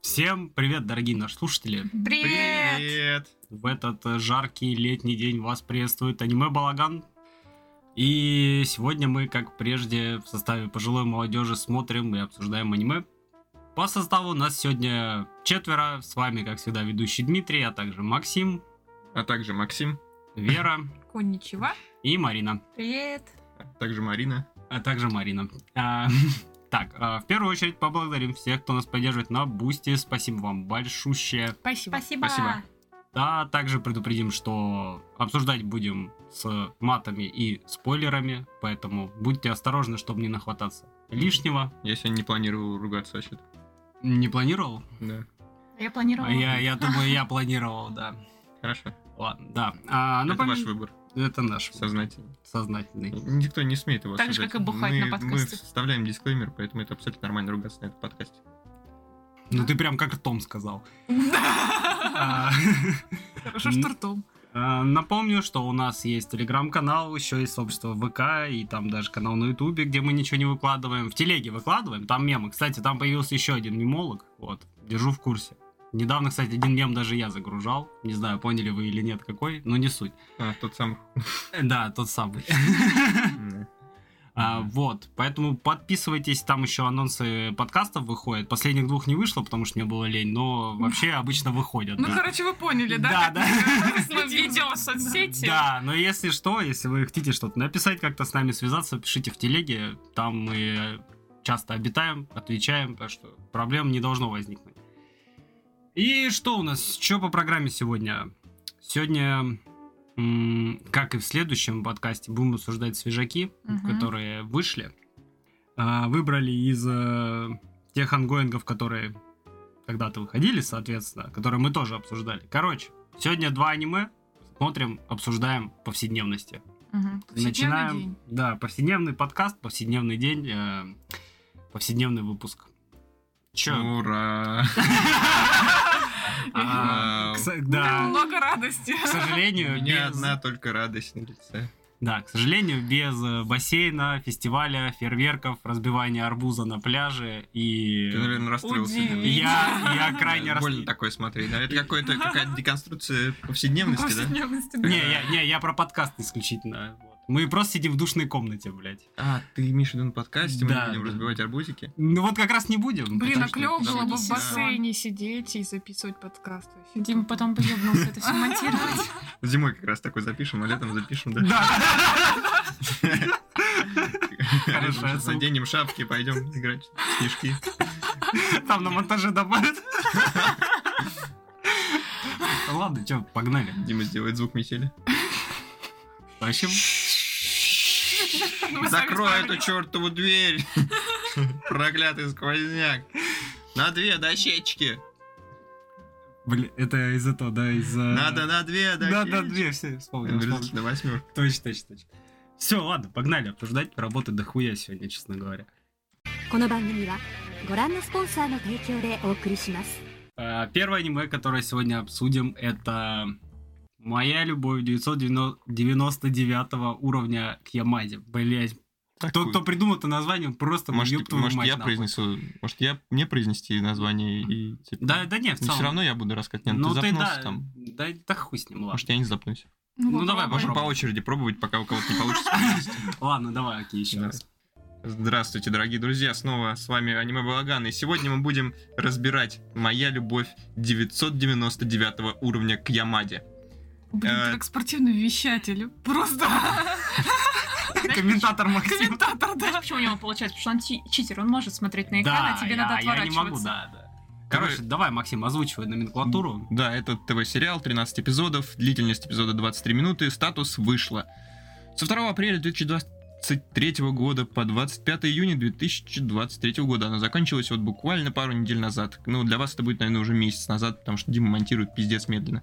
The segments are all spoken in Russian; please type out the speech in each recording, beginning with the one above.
Всем привет, дорогие наши слушатели! Привет! В этот э, жаркий летний день вас приветствует аниме Балаган. И сегодня мы, как прежде, в составе пожилой молодежи смотрим и обсуждаем аниме. По составу нас сегодня четверо. С вами, как всегда, ведущий Дмитрий, а также Максим, А также Максим, Вера Конничева. и Марина. Привет. а также Марина. А также Марина. А, Так, а, в первую очередь поблагодарим всех, кто нас поддерживает на Бусти. Спасибо вам большущее. Спасибо. Спасибо. Спасибо. Да, также предупредим, что обсуждать будем с матами и спойлерами, поэтому будьте осторожны, чтобы не нахвататься лишнего. Я сегодня не планировал ругаться вообще Не планировал? Да. Я планировала. А Я, я думаю, я планировал, да. Хорошо. Ладно, да. А, Это напомню- ваш выбор. Это наш Сознательно. сознательный. Никто не смеет его Так же, осуждать. как и бухать мы, на подкасте. Мы вставляем дисклеймер, поэтому это абсолютно нормально ругаться на этом подкасте. Ну ты прям как Том сказал. А, Хорошо, что ртом. А, Напомню, что у нас есть телеграм-канал, еще есть сообщество ВК, и там даже канал на Ютубе, где мы ничего не выкладываем. В телеге выкладываем, там мемы. Кстати, там появился еще один мемолог, вот, держу в курсе. Недавно, кстати, один мем даже я загружал. Не знаю, поняли вы или нет какой, но не суть. А, тот самый. Э, Да, тот самый. Да. А, Мгм. Вот, поэтому подписывайтесь, там еще анонсы подкастов выходят. Последних двух не вышло, потому что мне было лень, но вообще обычно выходят. Ну, да. короче, вы поняли, Да, да? да. да. Видео соцсети. Да, но если что, если вы хотите что-то написать, как-то с нами связаться, пишите в телеге. Там мы часто обитаем, отвечаем, так что проблем не должно возникнуть. И что у нас? Что по программе сегодня? Сегодня, м, как и в следующем подкасте, будем обсуждать свежаки, Мгм. которые вышли. А, Выбрали из э, тех ангоингов, которые когда-то выходили, соответственно, которые мы тоже обсуждали. Короче, сегодня два аниме, смотрим, обсуждаем повседневности. Мгм. Начинаем. Повседневный день. Да, повседневный подкаст, повседневный день, э, повседневный выпуск. Че? Ну, Ура! Вау. А, да. Много радости. К У сожалению, меня без- одна только радость на лице. да, к сожалению, без э, бассейна, фестиваля, фейерверков, разбивания арбуза на пляже и Ты, наверное, расстроился. Удивительно. да? я, я крайне Да, рас- Больно такое смотреть. Да, это какое-то, какая-то деконструкция повседневности, да? Повседневности, да. Не, я, не, я про подкаст исключительно. Вот. Мы просто сидим в душной комнате, блядь. А, ты имеешь в виду на подкасте, мы Да, будем да. разбивать арбузики? Ну вот как раз не будем. Блин, а Потому что клево даже было бы в нельзя. бассейне сидеть и записывать подкаст. вообще. Дима потом поебнулся это все монтировать. Зимой как раз такой запишем, а летом запишем, да? Да. Хорошая Сейчас ссылка. Наденем шапки, пойдем играть в снежки. Там на монтаже добавят. Ладно, чё, погнали. Дима сделает звук метели. Вообще, Ну, мы сами Закрой эту справились. чертову дверь! Проклятый сквозняк! На две дощечки! блин, это из-за того, да, из-за... Надо на две дощечки! Надо две, все, вспомнил. Мерзость вспомнил. на восьмерку. Точно, точно, точно. Все, ладно, погнали обсуждать. Работы дохуя сегодня, честно говоря. この番組はご覧のスポンサーの提供でお送りします А, Первое аниме, которое сегодня обсудим, это «Моя любовь 999 уровня к Ямаде». Блять, тот, кто придумал это название, он просто Может, ёб ты- твою может, мать я нахуй. произнесу, может, я мне произнести название и... типа, Да, да не, в целом. все равно я буду рассказывать. Нет, ну ты да, запнулся там. Да, да хуй с ним, ладно. Может, я не запнусь. Ну, вот давай, ладно. Можем по Попробуй. очереди пробовать, пока у кого-то не получится. Ладно, давай, окей, еще Да. раз. Здравствуйте, дорогие друзья, снова с вами Аниме Балаган, и сегодня мы будем разбирать «Моя любовь 999 уровня к Ямаде». Блин, Э, ты как спортивный вещатель. Просто Комментатор Максим. комментатор, да. Почему у него получается? Потому что он чи- читер, он может смотреть на экран, а я, тебе надо я не могу, отворачиваться. да, да. Короче, давай, Максим, озвучивай номенклатуру. Да, это ТВ-сериал, 13 эпизодов, длительность эпизода 23 минуты, статус «Вышло». Со 2 апреля 2023 года по 25 июня 2023 года она закончилась вот буквально пару недель назад. Ну, для вас это будет, наверное, уже месяц назад, потому что Дима монтирует пиздец медленно.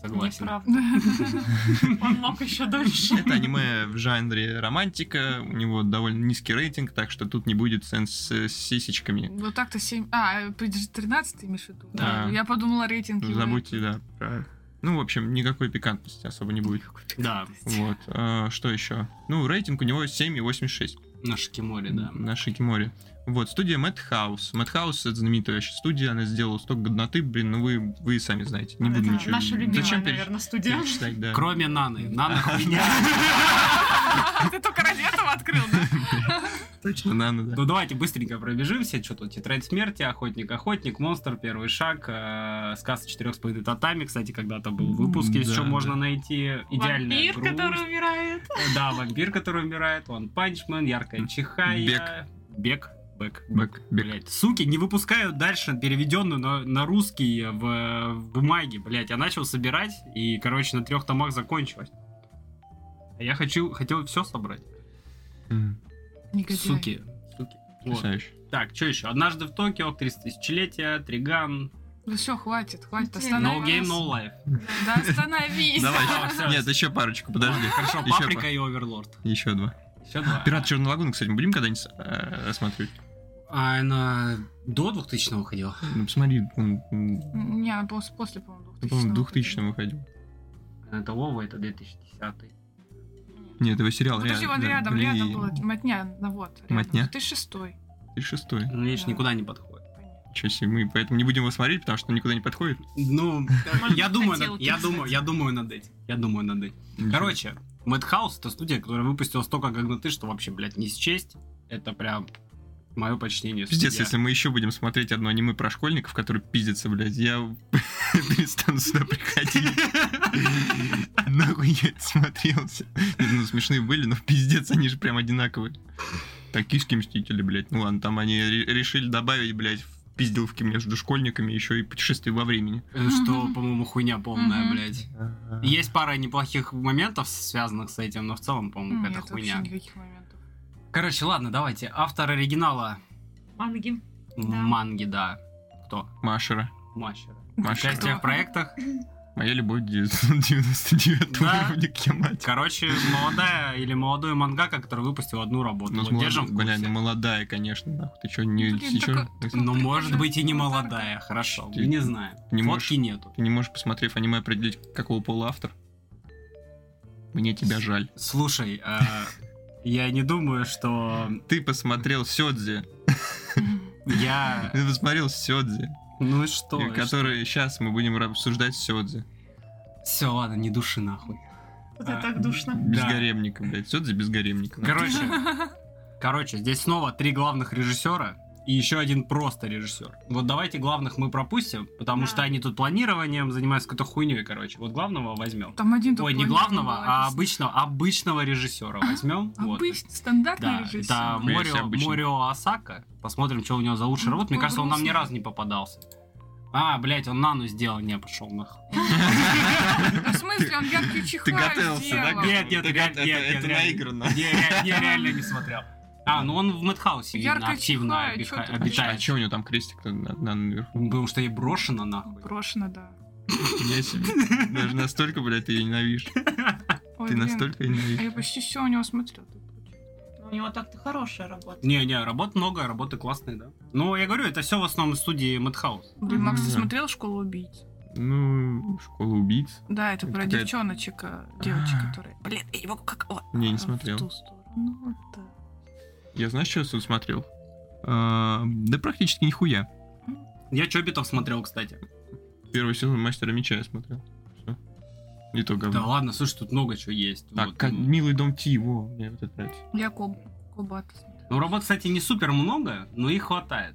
Согласен. Неправда. Ну, Он мог еще дольше. Это аниме в жанре романтика, у него довольно низкий рейтинг, так что тут не будет сенс с сисечками. Ну так-то 7... А, подожди, 13 имеешь в виду? Да. Я подумала рейтинг. его. Забудьте, да, про Ну, в общем, никакой пикантности особо не будет. Да, Вот. а, что еще? Ну, рейтинг у него 7,86 на Шикиморе, да. на Шикиморе. Вот, студия Madhouse. Madhouse — это знаменитая вообще студия, она сделала столько годноты, блин, ну вы, вы и сами знаете. Не буду Ну, Это ничего... Наша любимая, Зачем переч- наверное, студия. перечитать, да. Кроме Наны. Нана хуйня. Ты только ради этого открыл, да? Точно, да, ну да. Ну давайте быстренько пробежимся. Что тут? Тетрадь смерти, охотник, охотник, монстр, первый шаг, э, сказка четырех с половиной татами. Кстати, когда-то был в выпуске, Да, еще да. можно найти. Идеальная Вампир, грусть. который умирает. Э, Да, вампир, который умирает. Он панчмен, яркая чихая. Бек. Бег. Бэк. Бэк, бэк. Блять, суки, не выпускают дальше переведенную на, на русский э, в, в бумаге, блять. Я начал собирать, и, короче, на трех томах закончилось. А я хочу, хотел все собрать. М, Негодяй. Суки. Суки. Вот. Потрясающе. Так, что еще? Однажды в Токио, 30 тысячелетия, Триган. Ну все, хватит, хватит, Интересно. No game, остановись. no life. Да остановись. Давай, Всё, щас. всё, Нет, еще парочку, подожди. Хорошо, Еще Паприка и Оверлорд. Еще два. Еще два. Пират Черной Лагуны, кстати, мы будем когда-нибудь э, рассматривать? А она до 2000 выходила? Ну, посмотри, он, м, Не, она пос- после, по-моему, ну, 2000. по-моему, в 2000 выходил. Это Вова, Э, это 2010. Нет, его сериал Ну, Подожди, реально, вон да, рядом, блин, рядом было. Мотня, да вот. рядом. Мотня? 2006. и шестой. Ну, видишь, Да. никуда не подходит. Чё себе, мы поэтому не будем его смотреть, потому что он никуда не подходит. Ну, Может, я думаю, над- хотелки, я кстати. думаю, я думаю над этим. Я думаю над этим. Короче, Madhouse это студия, которая выпустила столько гагноты, что вообще, блядь, не счесть. Это прям мое почтение. Пиздец, студия. если мы еще будем смотреть одно аниме про школьников, которые пиздятся, блядь, я перестану сюда приходить. Нахуй я это смотрелся. Нет, Ну, смешные были, но пиздец, они же прям одинаковые. Токийские мстители, блядь. Ну ладно, там они ре- решили добавить, блядь, в пизделовки между школьниками еще и путешествие во времени. Э, Что, Мгм. по-моему, хуйня полная, Мгм. блядь. Есть пара неплохих моментов, связанных с этим, но в целом, по-моему, Нет, какая-то вообще хуйня. никаких моментов. Короче, ладно, давайте. Автор оригинала Манги. Да. манги, да. Кто? Машера. Мачера. Машера. Часть в трех проектах. Моя любовь 999 Да. уровня Кемати. Короче, молодая или молодой мангака, который выпустил одну работу. Ну, Вот с молод- держим в блядь, курсе. молодая, конечно, нахуй. Ты чё, не, Блин, чё- так- ты- Ну, может Такая быть, и не же аватарка. молодая, хорошо. Ты Не знаю. не Фотки нету. ты не можешь, посмотрев аниме, определить, какого пола автор? Мне тебя жаль. Слушай, э, я не думаю, что Ты посмотрел Сёдзи. я... Ты посмотрел Сёдзи, Ну и что? и который сейчас мы будем обсуждать Сёдзи. Все, ладно, не души нахуй. Это А, так душно. Без Да. гаремника, блядь. Сёдзи без гаремника. Ну, Короче, короче, здесь снова три главных режиссера и еще один просто режиссер. Вот давайте главных мы пропустим, потому Да. что они тут планированием занимаются какой-то хуйней, короче. Вот главного возьмем. Там один Ой, только не Владимир главного, был а написан. обычного, обычного режиссера возьмем. Вот. А, Обычный, стандартный Да, режиссер. это Блин, все Морио, обычно. Морио Асака. Посмотрим, что у него за лучший Ну, работа. Мне такой кажется, он нам ни грустный. разу не попадался. А, блядь, он Нану сделал, не пошел нахуй. А В смысле, он яркий чихай Ты готовился, да? сделал. Нет, Нет, нет, это- реально, это- нет, нет, это реально. наигранно. Не, ре- не, реально не смотрел. А, ну он в Мэтхаусе, видно, Ярко активно чихает, обиха- чё ты А чё- А обитает. чё у него там крестик на, на- наверху? Потому что ей брошено нахуй. Брошено, да. Я себе. Даже настолько, блядь, ты ее ненавидишь. Ой, Ты блин. настолько её А ненавидишь. я почти все у него смотрю. Но Ну, У него так-то хорошая работа. Не-не, работ много, работы классные, да. Ну, я говорю, это все в основном из студии Мэтхаус. Блин, Макс, ты Да. смотрел «Школу убийц»? Ну, школа убийц. Да, это Это про какая-то- девчоночек, э, девочек, А. которые... Блин, я его как... о, Не, не э, в смотрел. ту сторону, Ну, вот так. Я знаешь, что я тут смотрел? А, Да практически нихуя. Я Чобитов смотрел, кстати. Первый сезон Мастера Меча я смотрел. Всё. И то Да говно. ладно, слушай, тут много чего есть. Так, Вот, как- ну. милый дом Ти, во, мне вот это нравится. Я Коб... Кобата смотрела. Ну, работ, кстати, не супер много, но их хватает.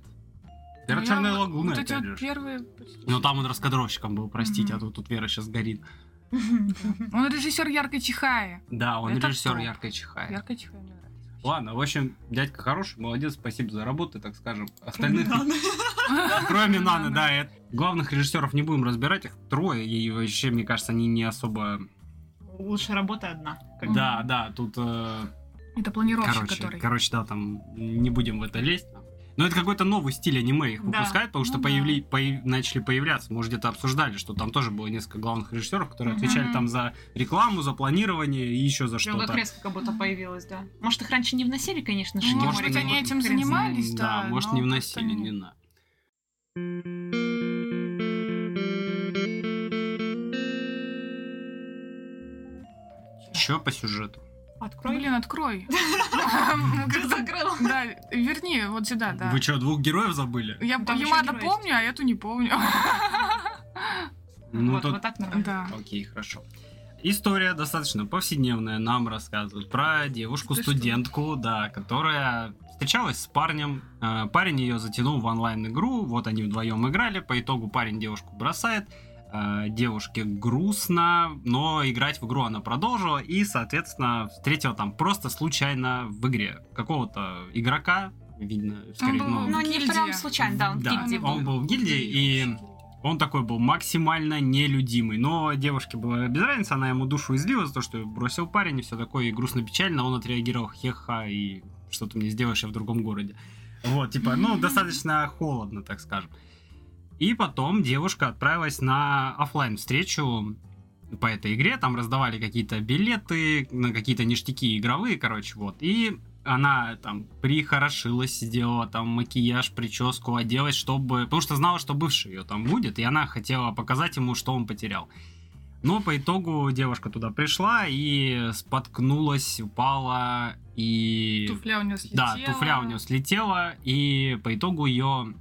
Вера Ну, я Черная вот- Лагуна, Вот эти опять вот же. первые... почти Ну, там он раскадровщиком был, простите, Мгм. а то тут Вера сейчас горит. Ну, Он режиссер Яркой Чихая. Да, он Это режиссер кто? яркой чихая. Яркая Чихая мне нравится. Ладно, в общем, дядька хороший, молодец, спасибо за работу, так скажем. Остальных, кроме Наны, да, это- главных режиссеров не будем разбирать, их трое, и вообще, мне кажется, они не особо... Лучшая работа одна. Мгм. Да, да, тут... э, Это планировщик, Короче, который... короче, да, там не будем в это лезть. Но это какой-то новый стиль аниме их Да. выпускают, потому что Ну да. появли- появ- начали появляться. Мы уже где-то обсуждали, что там тоже было несколько главных режиссеров, которые Мгм. отвечали там за рекламу, за планирование и еще за Прям что-то. как резко как будто появилось, да. Может, их раньше не вносили, конечно, Ну, Может, Шикимори. Может быть, не они вот этим хрен знает. занимались, Да, да. может, но не как-то вносили, не- не знаю. Еще по сюжету. Открой. Блин, открой. Ну, Ты как-то- закрыл. Да, верни вот сюда, да. Вы что, двух героев забыли? Я Там еще Ямада герой помню, а эту не помню. Ну, вот, тут- вот так нормально. Да. Окей, хорошо. История достаточно повседневная. Нам рассказывают про девушку-студентку, да, которая встречалась с парнем. Э, Парень ее затянул в онлайн-игру. Вот они вдвоем играли. По итогу парень девушку бросает. Э, Девушке грустно, но играть в игру она продолжила. И, соответственно, встретила там просто случайно в игре какого-то игрока. Видно, скорее, был ну, Ну, не Гильдия. прям случайно, да, он в Да, гильдии типа, он был. был в гильдии, и он такой был максимально нелюдимый. Но девушке было без разницы, она ему душу излила за то, что её бросил парень, и все такое, и грустно-печально. Он отреагировал хеха и что ты мне сделаешь, я в другом городе. Вот, типа, ну, достаточно холодно, так скажем. И потом девушка отправилась на оффлайн встречу по этой игре. Там раздавали какие-то билеты на какие-то ништяки игровые, короче, вот. И она там прихорошилась, сделала там макияж, прическу, оделась, чтобы... Потому что знала, что бывший ее там будет, и она хотела показать ему, что он потерял. Но по итогу девушка туда пришла и споткнулась, упала и... Туфля у нее Да, слетела. туфля у нее слетела, и по итогу ее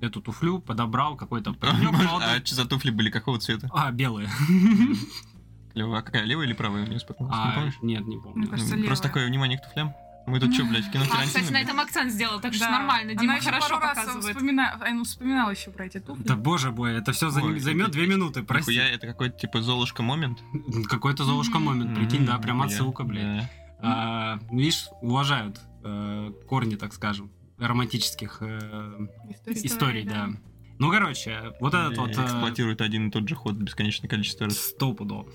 эту туфлю подобрал какой-то паренек молодой. А чё за туфли были какого цвета? А, белые. Лево- а какая, левая или правая у нее споткнулась? Не А, помнишь? Ну, Нет, не Мне помню. кажется, Просто левая. такое внимание к туфлям. Мы тут что, блядь, в кино А, кстати, Тарантино? на блядь? этом акцент сделал, так что Да. нормально, Она Дима еще хорошо пару раз показывает. вспомина- э, ну, вспоминала еще про эти туфли. Да боже мой, это все Ой, займет две минуты, прости. Нихуя, это какой-то типа Золушка момент. Какой-то золушка момент, прикинь, да, М, прям нихуя. отсылка, блядь. Да. А, Видишь, уважают э, корни, так скажем, романтических э, История. историй, да. Ну, короче, вот этот И вот... э, Эксплуатирует один и тот же ход бесконечное количество раз. Стопудово.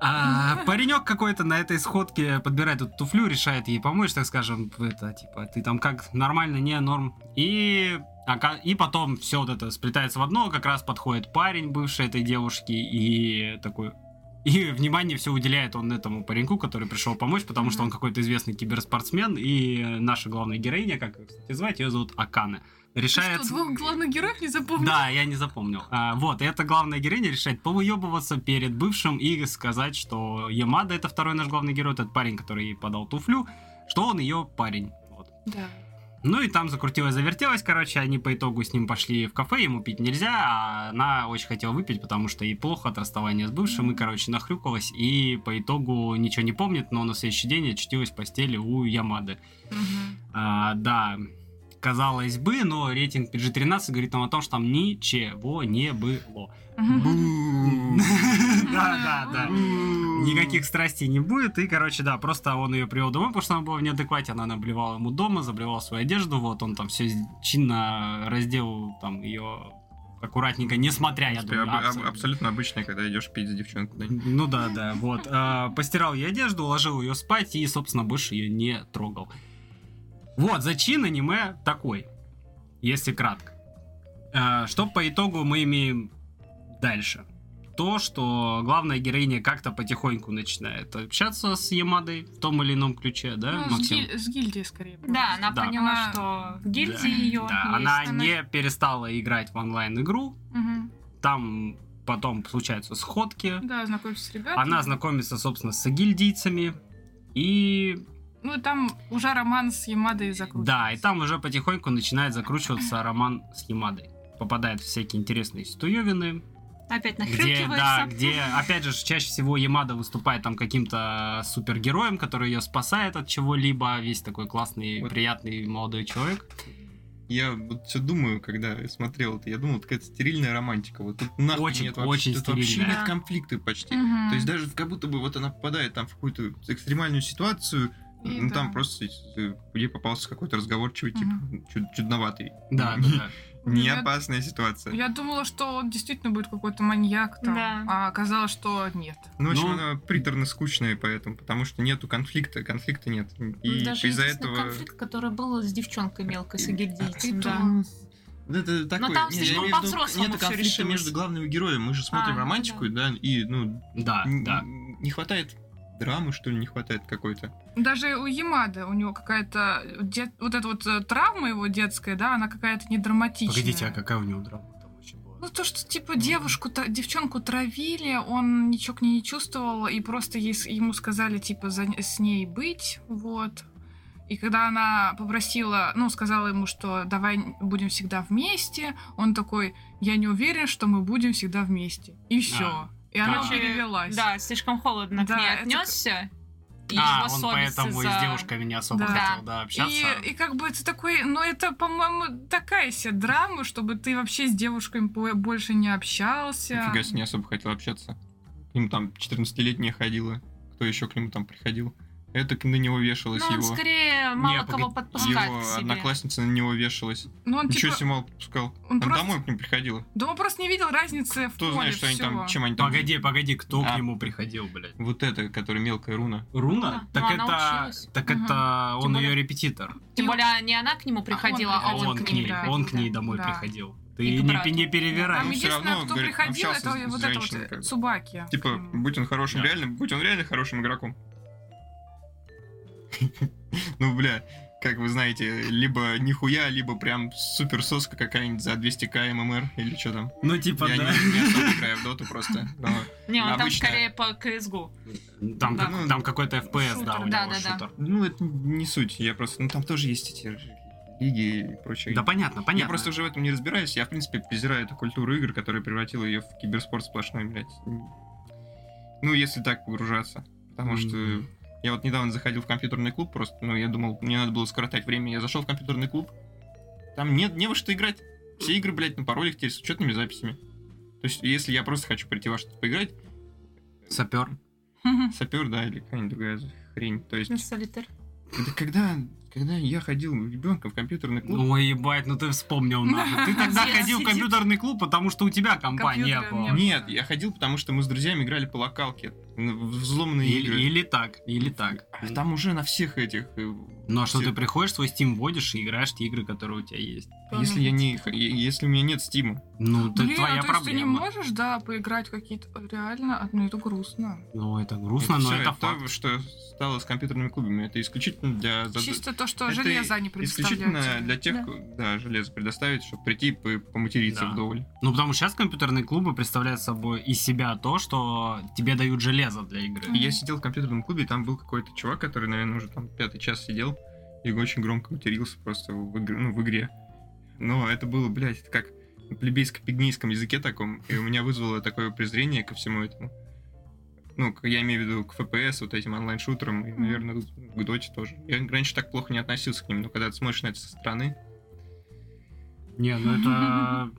А, паренек какой-то на этой сходке подбирает эту туфлю, решает ей помочь, так скажем, это, типа, ты там как, нормально, не, норм. И, ока- и потом все вот это сплетается в одно, как раз подходит парень бывший этой девушки и такой... И внимание все уделяет он этому пареньку, который пришел помочь, потому что он какой-то известный киберспортсмен, и наша главная героиня, как ее, кстати, звать, ее зовут Акана. Ты Решает... что, двух главных героев не запомнил? Да, я не запомнил. А, вот, и эта главная героиня решает повыебываться перед бывшим и сказать, что Ямада, это второй наш главный герой, этот парень, который ей подал туфлю, что он ее парень. Вот. Да. Ну и там закрутилось, завертелось, короче, они по итогу с ним пошли в кафе, ему пить нельзя, а она очень хотела выпить, потому что ей плохо от расставания с бывшим, и, короче, нахрюкалась, и по итогу ничего не помнит, но на следующий день очутилась в постели у Ямады. Мгм. А, да, казалось бы, но рейтинг PG-13 говорит нам о том, что там ничего не было. Мгм. Да, да, да. Никаких страстей не будет, и, короче, да, просто он ее привел домой, потому что она была в неадеквате, она наблевала ему дома, забревала свою одежду, вот, он там все чинно раздел там ее аккуратненько, несмотря, я Ты думаю, аб- на аб- абсолютно. Абсолютно обычная, когда идешь пить с девчонкой. да. Ну да, да, вот. А, постирал ей одежду, уложил ее спать и, собственно, больше ее не трогал. Вот, зачин аниме такой, если кратко. А, что по итогу мы имеем дальше? То, что главная героиня как-то потихоньку начинает общаться с Ямадой в том или ином ключе, да, Ну, с Максим? гиль- с гильдии скорее. Да, она Да. поняла, Она- что в Да, гильдии ее да, она не перестала играть в онлайн-игру, Мгм. там потом случаются сходки, Да, знакомься с ребятами. она знакомится, собственно, с гильдийцами, и Ну, и там уже роман с Ямадой закрутился. Да, и там уже потихоньку начинает закручиваться роман с Ямадой. Попадают всякие интересные стуевины, Опять где, да, нахрюкиваешься. где, опять же, чаще всего Ямада выступает там каким-то супергероем, который ее спасает от чего-либо, весь такой классный, Вот. приятный молодой человек. Я вот все думаю, когда смотрел это, я думал, это какая-то стерильная романтика. Вот тут нахуй Очень, нет вообще, очень тут вообще стерильная. нет конфликта почти. Мгм. То есть даже как будто бы вот она попадает там в какую-то экстремальную ситуацию, И ну да. там просто э, ей попался какой-то разговорчивый тип, Мгм. чуд- чудноватый. Да, да, да. Не Я- опасная ситуация. Я думала, что он действительно будет какой-то маньяк там, Да. а оказалось, что нет. Ну, в общем, Ну. она приторно скучная поэтому, потому что нету конфликта, конфликта нет. И Ну, Даже из-за единственный этого... конфликт, который был с девчонкой мелкой, с гильдийцем, да. Да, это такое. там Не, слишком я имею в виду, по-взрослому Нет всё конфликта решилось. между главными героями. Мы же смотрим ну А, романтику, да, и, ну, Да, н- да. н- не хватает драмы, что ли, не хватает какой-то. Даже у Ямада у него какая-то дет- вот эта вот э, травма его детская, да, она какая-то не драматичная. Погодите, а какая у а него драма там вообще была? Ну, то, что, типа, девушку, та- девчонку травили, он ничего к ней не чувствовал, и просто ей с- ему сказали, типа, за- с ней быть, вот. И когда она попросила, ну, сказала ему, что давай будем всегда вместе, он такой, я не уверен, что мы будем всегда вместе. И все. А. И она Короче, перевелась. Да, слишком холодно Да, к ней это- отнесся. И а, его он совесть поэтому и за- с девушками не особо Да. хотел да, общаться. И, и как бы это такой, ну это, по-моему, такая себе драма, чтобы ты вообще с девушками бо- больше не общался. Нифига себе, не особо хотел общаться. К ним там 14-летняя ходила. Кто еще к нему там приходил? Это к- на него вешалась Ну, он его. скорее мало кого погоди, подпускает к Его себе. одноклассница на него вешалась. Ну он Ничего типа, себе мало подпускал. он Она просто- домой к ним приходила. да он просто не видел разницы в Кто поле, знает, что они всё. там, чем они там... Погоди, погоди, кто А. к нему приходил, блядь? Вот это, которая мелкая руна. Руна? Да. Так Ну, она это, училась. так Мгм. это он Тем более- ее репетитор, Тем более а не она к нему приходила, а а он, к ней, приходил, он к ней домой да. приходил. Ты И к не, брату. пи- не перевирай. Там Ну, всё единственное, равно, кто говорит, приходил, общался это с- с вот женщиной, это как вот бы. Цубаки. Типа, М. будь он хорошим, Да. реально, будь он реально хорошим игроком. Ну, бля, как вы знаете, либо нихуя, либо прям супер соска какая-нибудь за 200к ММР или что там. Ну, типа, Я не, да. не особо играю в доту просто. но Не, он там Обычно. скорее по КСГУ. Там, Да. как- там какой-то FPS, да, Шутер, у него да, да, да. шутер. Ну, это не суть, я просто... Ну, там тоже есть эти лиги и прочее. Да, понятно, понятно. Я просто уже в этом не разбираюсь. Я, в принципе, презираю эту культуру игр, которая превратила ее в киберспорт сплошной, блядь. Ну, если так погружаться. Потому что Мгм. я вот недавно заходил в компьютерный клуб, просто, ну, я думал, мне надо было скоротать время. Я зашел в компьютерный клуб, там нет, не во что играть. Все игры, блядь, на паролях теперь с учетными записями. То есть, если я просто хочу прийти во что-то поиграть, Сапер. сапер, да, или какая-нибудь другая хрень. То есть, Солитер. это когда, когда я ходил ребенком в компьютерный клуб, Ой, ебать, ну ты вспомнил нахуй. Ты тогда Здесь ходил в сидит. компьютерный клуб, потому что у тебя компания Компьютера была. не Нет, я ходил, потому что мы с друзьями играли по локалке. в Взломанные игры. Или, или так, или так. А Там уже на всех этих... э, Ну а что все- ты приходишь, свой Steam вводишь и играешь те игры, которые у тебя есть. а Если я не... х- е- Если у меня нет стима. Ну, это Блин, твоя а то есть ты не проблема. можешь, да, поиграть в какие-то реально, ну это грустно. Ну, это грустно, но всё, это факт. то, что стало с компьютерными клубами. Это исключительно для... зада- Чисто то, что Это железо они предоставляют. Исключительно тебе. для тех, ко- да, железо предоставить, чтобы прийти и по- поматериться Да. вдоволь. Ну, потому что сейчас компьютерные клубы представляют собой из себя то, что тебе дают железо для игры. И Я сидел в компьютерном клубе, и там был какой-то чувак, который, наверное, уже там пятый час сидел и очень громко матерился просто в, игр- ну, в игре. Но это было, блядь, это как на плебейско-пигмейском языке таком, и у меня вызвало такое презрение ко всему этому. Ну, к- я имею в виду к FPS, вот этим онлайн-шутерам, и, наверное, к Доте тоже. Я раньше так плохо не относился к ним, но когда ты смотришь на это со стороны... Не, ну это...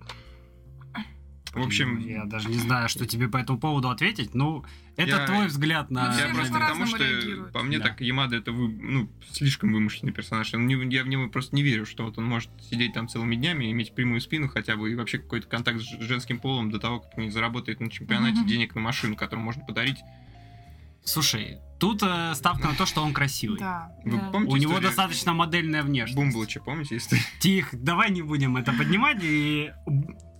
В общем, Ну, Я даже не знаю, что тебе по этому поводу ответить. Ну, это Я- твой взгляд на... Ну, все Я же просто к тому, по-разному что реагируют. по мне Да. так Ямада это вы- ну, слишком вымышленный персонаж. Он не- я в него просто не верю, что вот он может сидеть там целыми днями, иметь прямую спину хотя бы и вообще какой-то контакт с ж- женским полом до того, как не заработает на чемпионате Мгм. денег на машину, которую можно подарить. Слушай, тут э, ставка на то, что он красивый. Да. Вы Да. помните У него историю достаточно модельная внешность. Бумблыча, помните историю? Тихо, давай не будем это поднимать. И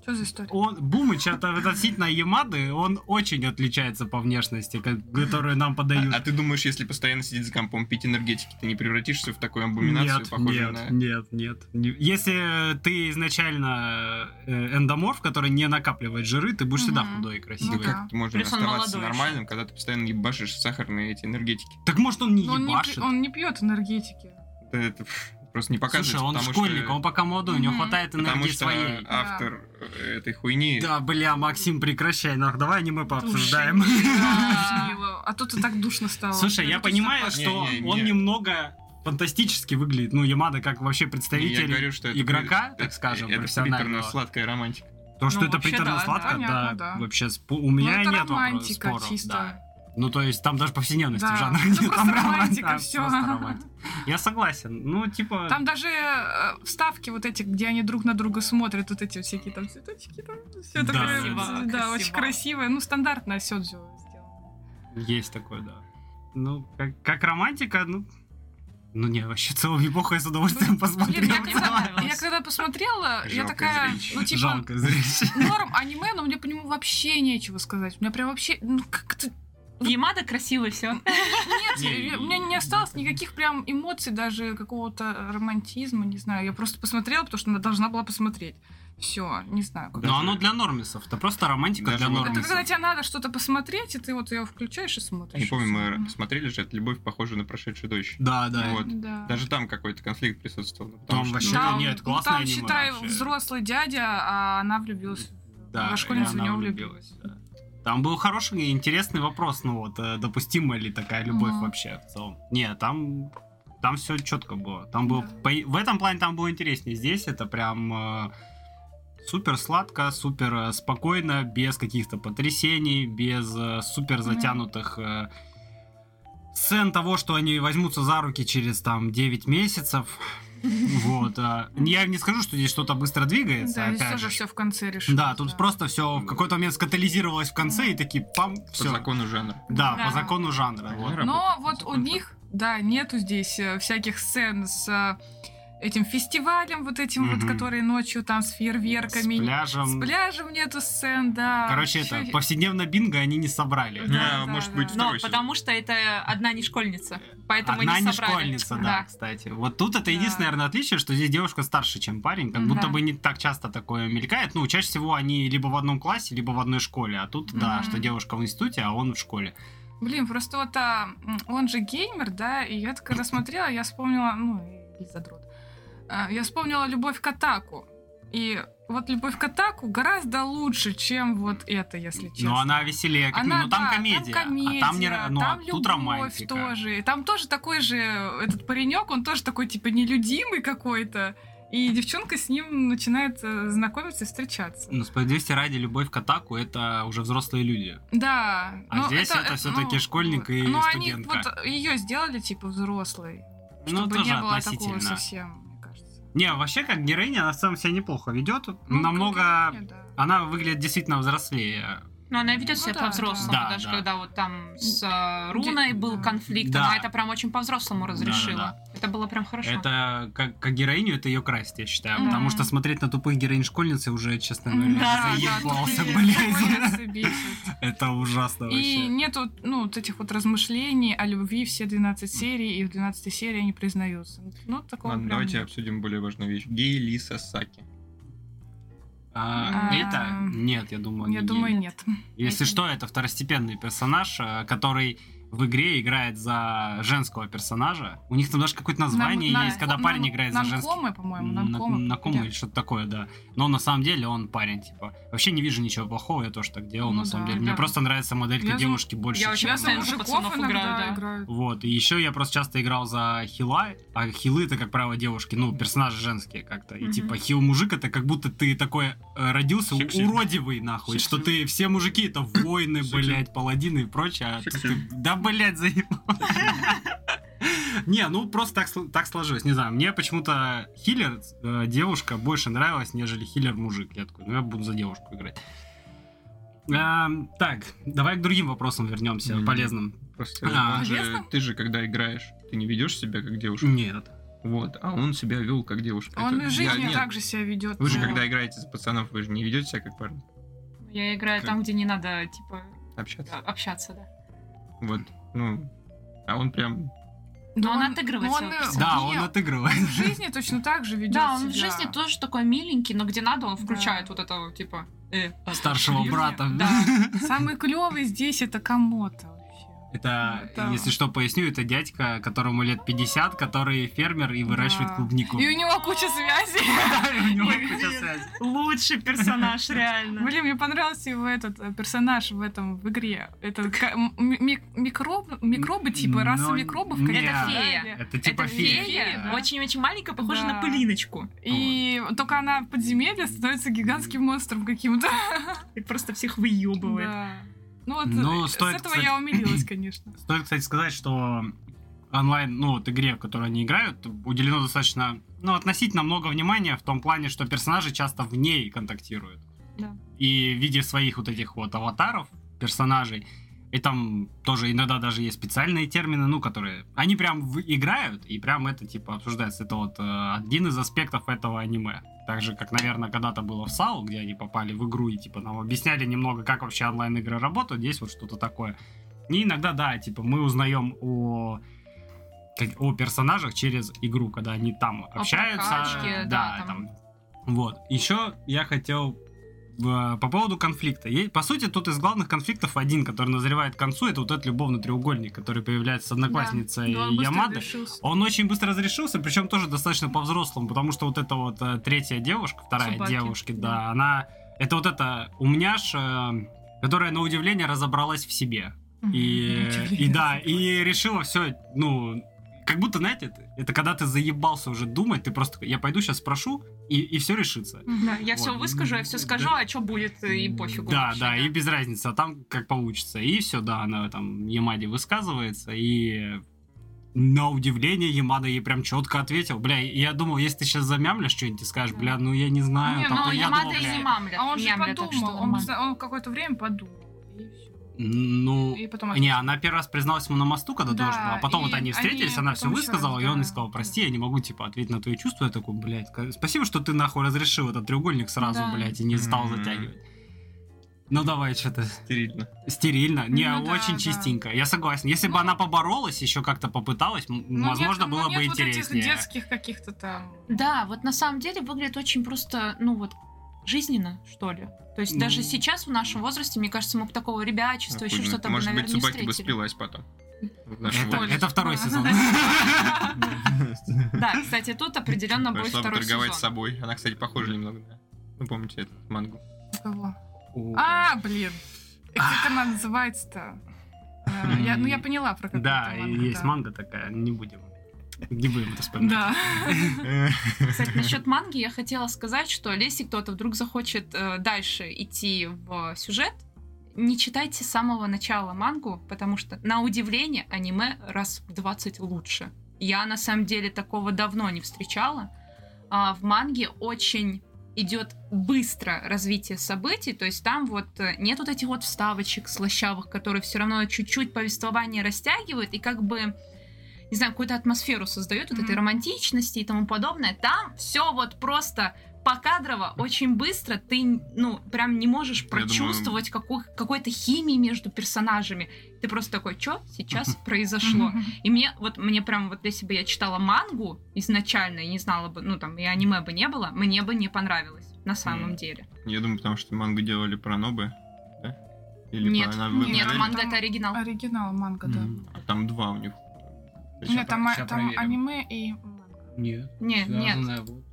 Что за история? он, Бумыч, это относительно Ямады, он очень отличается по внешности, ко- которую нам подают. А, а ты думаешь, если постоянно сидеть за компом, пить энергетики, ты не превратишься в такую амбуминацию, Нет, похожую нет, нет, нет, Не- Если ты изначально э, эндоморф, который не накапливает жиры, ты будешь всегда Мгм. худой и на... красивый. Да Ну как можно Плюс он оставаться молодой нормальным, когда ты постоянно ебашишь сахарные эти энергетики? Так может он не Но Ну, он, не ебашит? пи- он не пьет энергетики. Да Это пф, просто не показывается, Слушай, он потому что- школьник, он пока молодой, у него Мгм. хватает Потому энергии что своей. автор э, этой хуйни... Да, бля, Максим, прекращай, нах, давай аниме пообсуждаем. Душнило. Душнило. А тут и так душно стало. Слушай, я ну, Это точно понимаю, пахнет. Не, что не, он не. немного фантастически выглядит, ну, Ямада как вообще И я представитель говорю, что это игрока, при- так скажем, это приторно профессионального. сладкая романтика. То, что Ну, это вообще, да, приторно-сладко, да, да, понятно, да. вообще спо- у Ну, меня это нет вопросов, романтика споров, да. чисто. Ну, то есть там даже повседневности Да, в жанре это нет. просто Там романтика, роман- да, всё. просто романтика. Я согласен. Ну, типа... Там даже э, вставки вот эти, где они друг на друга смотрят, вот эти вот всякие там цветочки, там все Да, такое, да, да, да. да, очень Красиво. красивое, ну стандартное сёдзю сделано. Есть такое, да. Ну, как, как романтика, ну... Ну, не, вообще целую эпоху я с удовольствием посмотрел. Ну, Блин, я мне когда, понравилось. я когда посмотрела, я Жалкое такая, зрелище. ну типа, Жалко зрелище. норм аниме, но мне по нему вообще нечего сказать. У меня прям вообще, ну как-то Ямада красивый, все. Нет, Не, я- и- у меня не осталось никаких прям эмоций, даже какого-то романтизма, не знаю. Я просто посмотрела, потому что она должна была посмотреть. Все, не знаю. как- Да. Но оно для нормисов. Это просто романтика Даже для вот- Это нормисов. когда тебе надо что-то посмотреть, и ты вот ее включаешь и смотришь. Не помню, Мгм. мы смотрели же, это «Любовь, похожа на прошедшую дочь». Да, да. Вот. Да. Даже там какой-то конфликт присутствовал. потому Там что- вообще Там, нет, ну, классное там, аниме считай, вообще. взрослый дядя, а она влюбилась. Да, Моя школьница и в она него влюбилась. да. Там был хороший и интересный вопрос, ну вот, э, допустима ли такая любовь Ага. вообще в целом. Не, там, там все четко было. Там было, Да. по- в этом плане там было интереснее. Здесь это прям э, супер сладко, супер э, спокойно, без каких-то потрясений, без э, супер затянутых э, сцен того, что они возьмутся за руки через там 9 месяцев. Вот. э. Я не скажу, что здесь что-то быстро двигается. Да, здесь опять тоже же. все в конце решилось. Да, тут просто все в какой-то момент скатализировалось в конце и такие пам, По все. закону жанра. Да, Да. по закону жанра. вот. Жанра. Но работает вот с у законом. них, да, нету здесь э, всяких сцен с э, этим фестивалем, вот этим вот, Мгм. который ночью там с С фейерверками. пляжем. С пляжем нету сцен, да. Короче, Всё- это повседневно бинго они не собрали. Да, А, да, Может да. быть, Но второй сезон. потому что это одна не школьница, поэтому Одна не собрали. школьница, да, кстати. Вот тут это Да. единственное, наверное, отличие, что здесь девушка старше, чем парень. Как Мгм. будто Да. бы не так часто такое мелькает. Ну, чаще всего они либо в одном классе, либо в одной школе. А тут, да, Мгм. что девушка в институте, а он в школе. Блин, просто вот а, м, он же геймер, да, и я так когда смотрела, я вспомнила, ну, и задрот. А, Я вспомнила любовь к атаку. И вот любовь к атаку гораздо лучше, чем вот это, если честно. Но Ну, она веселее. Как... Она, ну, там да, комедия. там комедия, а там, не... ра- ну, а там тут любовь романтика. тоже. И там тоже такой же этот паренек, он тоже такой, типа, нелюдимый какой-то. И девчонка с ним начинает э, знакомиться и встречаться. Ну, справедливости ради, любовь к атаку это уже взрослые люди. Да. А ну, здесь это всё-таки школьник и ну, студентка. они вот ее сделали, типа, взрослой. ну, чтобы тоже не было такого относительно. совсем, мне кажется. Не, вообще, как героиня, она в целом себя неплохо ведет. Ну, Намного. конкретнее, да. Она выглядит действительно взрослее. Но она ведет Ну себя да, по-взрослому, да. Да, даже да. когда вот там с э, Руной был да. конфликт, Да. она это прям очень по-взрослому Да, да, разрешила. Это было прям хорошо. Это как, как героиню, это ее красть, я считаю. Мгм. Потому что смотреть на тупых героинь школьницы уже, честно Да, говоря, да, заебался, блядь. тут приходится бесит. Это ужасно И вообще. нету, ну, вот этих вот размышлений о любви все 12 серий, и в 12 серии они признаются. Ну, такого Ладно, прям давайте нет. обсудим более важную вещь. Гей Ли Сасаки. А, А, Это нет, я думаю, Я не думаю, ей. нет. это- Если что, это второстепенный персонаж, э, который в игре играет за женского персонажа. У них там даже какое-то название Нам- есть, нам- когда парень нам- играет за женского. Намкомы, по-моему, На, намкомы. на кому или Или- что-то такое, да. Но на самом деле он парень, типа. Вообще не вижу ничего плохого, я тоже так делал, Ну на самом да, деле. Мне да. просто нравится моделька Я за- девушки больше, я очень чем... Я за знаю, мужик. что мужиков пацанов играют, иногда да. играют. Вот, и еще я просто часто играл за хила, а хилы это, как правило, девушки, ну, персонажи женские как-то. И Мгм. типа хил-мужик это как будто ты такой э, родился у- Сексист. уродивый, нахуй, Сексист. что ты все мужики это воины, Сексист. блядь, паладины и прочее. а ты- Сексист. ты- Да, блядь, заебал. Не, ну просто так, сл- так сложилось, не знаю. Мне почему-то хилер э, девушка больше нравилась, нежели хилер мужик. Я такой, ну я буду за девушку играть. Эм, так, давай к другим вопросам вернемся, Мгм. полезным. Просто А. он же, Интересно? ты же, когда играешь, ты не ведешь себя как девушка. Нет. Вот, а он себя вел как девушка. Он Это- и в Я- жизни нет. так же себя Ну, ведет. Вы же, но- когда играете за пацанов, вы же не ведете себя как парни. Я играю Как- там, где не надо, типа, Общаться. общаться, да. Вот, ну... А он прям... Но он отыгрывается но он, э, вообще. Да, не, он он отыгрывает. в жизни точно так же ведет Да, он в жизни тоже такой миленький, но где надо, он Да. включает вот этого, типа, э, Старшего серьёзно? брата. Да. Самый клевый здесь это Камото вообще. Это, Да. если что, поясню, это дядька, которому лет 50, который фермер и выращивает Да. клубнику. И у него куча связей. Да, и у него куча связей. Лучший персонаж, реально. Блин, мне понравился его этот э, персонаж в этом в игре. Это ка- м- ми- микроб- микробы, типа Но раса микробов. не- какая-то, Это да, фея. или- Это типа Это фея. фея, да. очень-очень маленькая, похожа Да. на пылиночку. И только она в подземелье становится гигантским монстром каким-то. И просто всех выебывает. Да. Ну вот Ну, э, стоит, с этого кстати- я умилилась, конечно. Стоит, кстати, сказать, что онлайн, ну, вот игре, в которой они играют, уделено достаточно, ну, относительно много внимания в том плане, что персонажи часто в ней контактируют. Да. И в виде своих вот этих вот аватаров, персонажей, и там тоже иногда даже есть специальные термины, ну, которые... Они прям в- играют, и прям это, типа, обсуждается. Это вот э, один из аспектов этого аниме. Так же, как, наверное, когда-то было в САУ, где они попали в игру и, типа, нам объясняли немного, как вообще онлайн-игры работают. Здесь вот что-то такое. И иногда, да, типа, мы узнаем о как- о персонажах через игру, когда они там общаются. прокачке, да, там. Вот. Еще я хотел э, по поводу конфликта. Е- По сути, тут из главных конфликтов один, который назревает к концу, это вот этот любовный треугольник, который появляется с одноклассницей Но он быстро Ямады. решился. Он очень быстро разрешился, причем тоже достаточно по-взрослому, потому что вот эта вот э, третья девушка, вторая Собаки, девушка, да, она... Это вот эта умняша, э, которая на удивление разобралась в себе. И, и да, и решила все, ну, как будто, знаете, это, это когда ты заебался уже думать, ты просто, такой, я пойду сейчас спрошу, и, и все решится. Да, я все Вот. выскажу, я все скажу, Да. а что будет, э, и пофигу. Да, вообще, да, и без разницы, а там как получится. И все, да, она там Ямаде высказывается, и на удивление Ямада ей прям четко ответил. Бля, я думал, если ты сейчас замямлишь что-нибудь, ты скажешь, бля, ну я не знаю. Не, там, ну то я Ямада думал, и бля». не мамля. А он же Мямля, так что подумал, он, нормально. за- он какое-то время подумал. И всё. Ну, И потом не, она первый раз призналась ему на мосту, когда Да, должен был, а потом вот и они они встретились, она все потом ещё раз, высказала, и он да. и сказал, прости, я не могу, типа, ответить на твои чувства. Я такой, блядь, ка- спасибо, что ты нахуй разрешил этот треугольник сразу, Да. блядь, и не стал М. затягивать. Ну давай, что-то Стерильно. Стерильно? Не, Ну да, очень да. чистенько. Я согласен. Если бы Ну. она поборолась, еще как-то попыталась, м, Ну, нет, возможно, ну, было нет бы вот интереснее. этих детских каких-то там... Да, вот на самом деле выглядит очень просто, ну вот, жизненно, что ли. То есть Ну. даже сейчас в нашем возрасте, мне кажется, мы бы такого ребячества, еще Охуенно. что-то бы, ну, Может наверное, быть, не собаки бы встретили. спилась потом. В наш Это, возраст. это второй сезон. Да, кстати, тут определенно будет Пошла бы второй сезон. торговать собой. Она, кстати, похожа немного на... Ну, помните этот мангу? у Кого? О. А, блин. Э, Как она называется-то? Э, я- Ну, я поняла, про какую Да, манго, есть да. манга такая, не будем. Не будем это вспоминать. Да. Кстати, насчет манги я хотела сказать, что если кто-то вдруг захочет э, дальше идти в э, сюжет, не читайте с самого начала мангу, потому что, на удивление, аниме раз в 20 лучше. Я, на самом деле, такого давно не встречала. А, в манге очень идет быстро развитие событий, то есть там вот э, нет вот этих вот вставочек слащавых, которые все равно чуть-чуть повествование растягивают, и как бы не знаю, какую-то атмосферу создает вот этой Мгм. романтичности и тому подобное. Там все вот просто покадрово, очень быстро, ты, ну, прям не можешь думаю- прочувствовать какой- какой-то химии между персонажами. Ты просто такой, что сейчас произошло? И мне, вот мне прям, вот если бы я читала мангу изначально и не знала бы, ну, там, и аниме бы не было, мне бы не понравилось на самом Мгм. деле. Я думаю, потому что мангу делали про нобы, да? Или нет, про- она в- нет, в- манга Там- это оригинал. Оригинал манга, да. М. А Там два у них. Нет, там ща а- там проверим. аниме и манга. Нет. Нет, нет, связанная вот.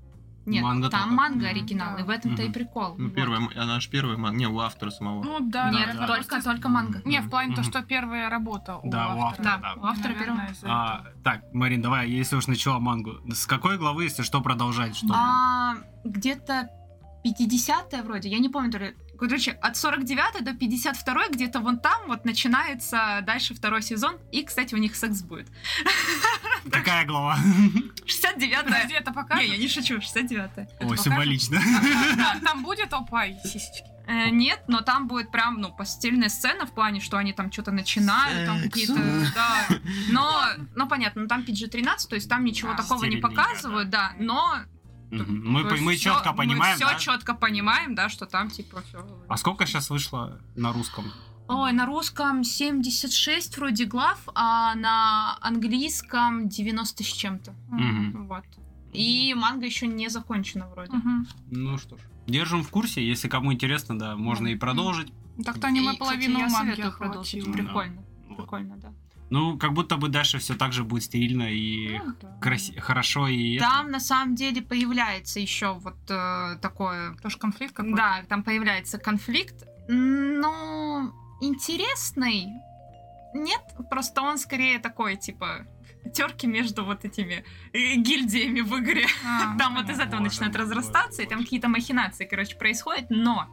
нет, Манга там только. манга Мгм. оригинал, и в этом-то и Мгм. прикол. Ну, Вот. первая, м- она же первая манга. Не, у автора самого. Ну, да. Да, Нет, да. только, только манга. Не, в плане то, Мгм. что первая работа у Да, у автора. автора, Да, да. у автора первого. Наверное, из-за А, этого. так, Марин, давай, если уж начала мангу, с какой главы, если что, продолжать? Что? А, где-то 50 вроде, я не помню, то ли- короче, от 49 до 52 где-то вон там вот начинается дальше второй сезон, и, кстати, у них секс будет. Какая глава? 69 Подожди, это Не, я покажет? не шучу, 69 О, символично. Да, Там будет опа и сисечки. Э, Нет, но там будет прям, ну, постельная сцена в плане, что они там что-то начинают, там Секс. какие-то, да. Но, ну, понятно, ну, там PG-13, то есть там ничего Да, такого не А, стерильненько, показывают, да, но... Мгм. Мы то по- есть мы всё- четко понимаем, Мы все да? четко понимаем, да, что там, типа, все... А сколько сейчас вышло на русском? Ой, на русском 76 вроде глав, а на английском 90 с чем-то. Мгм. Вот. И манга еще не закончена вроде. Мгм. Ну что ж. Держим в курсе, если кому интересно, да, можно и продолжить. Так то аниме И, кстати, половину я манги советую продолжить. охватило. Прикольно. Вот. Прикольно, да. Ну, как будто бы дальше все так же будет стерильно и Ну, да. краси- хорошо и... Там на самом деле появляется еще вот э, такое. Тоже конфликт какой-то. Да, там появляется конфликт. Но интересный. Нет, просто он скорее такой, типа, терки между вот этими э, гильдиями в игре. А, Там ну, вот из этого Боже начинает мой, разрастаться, и боже. там какие-то махинации, короче, происходят, но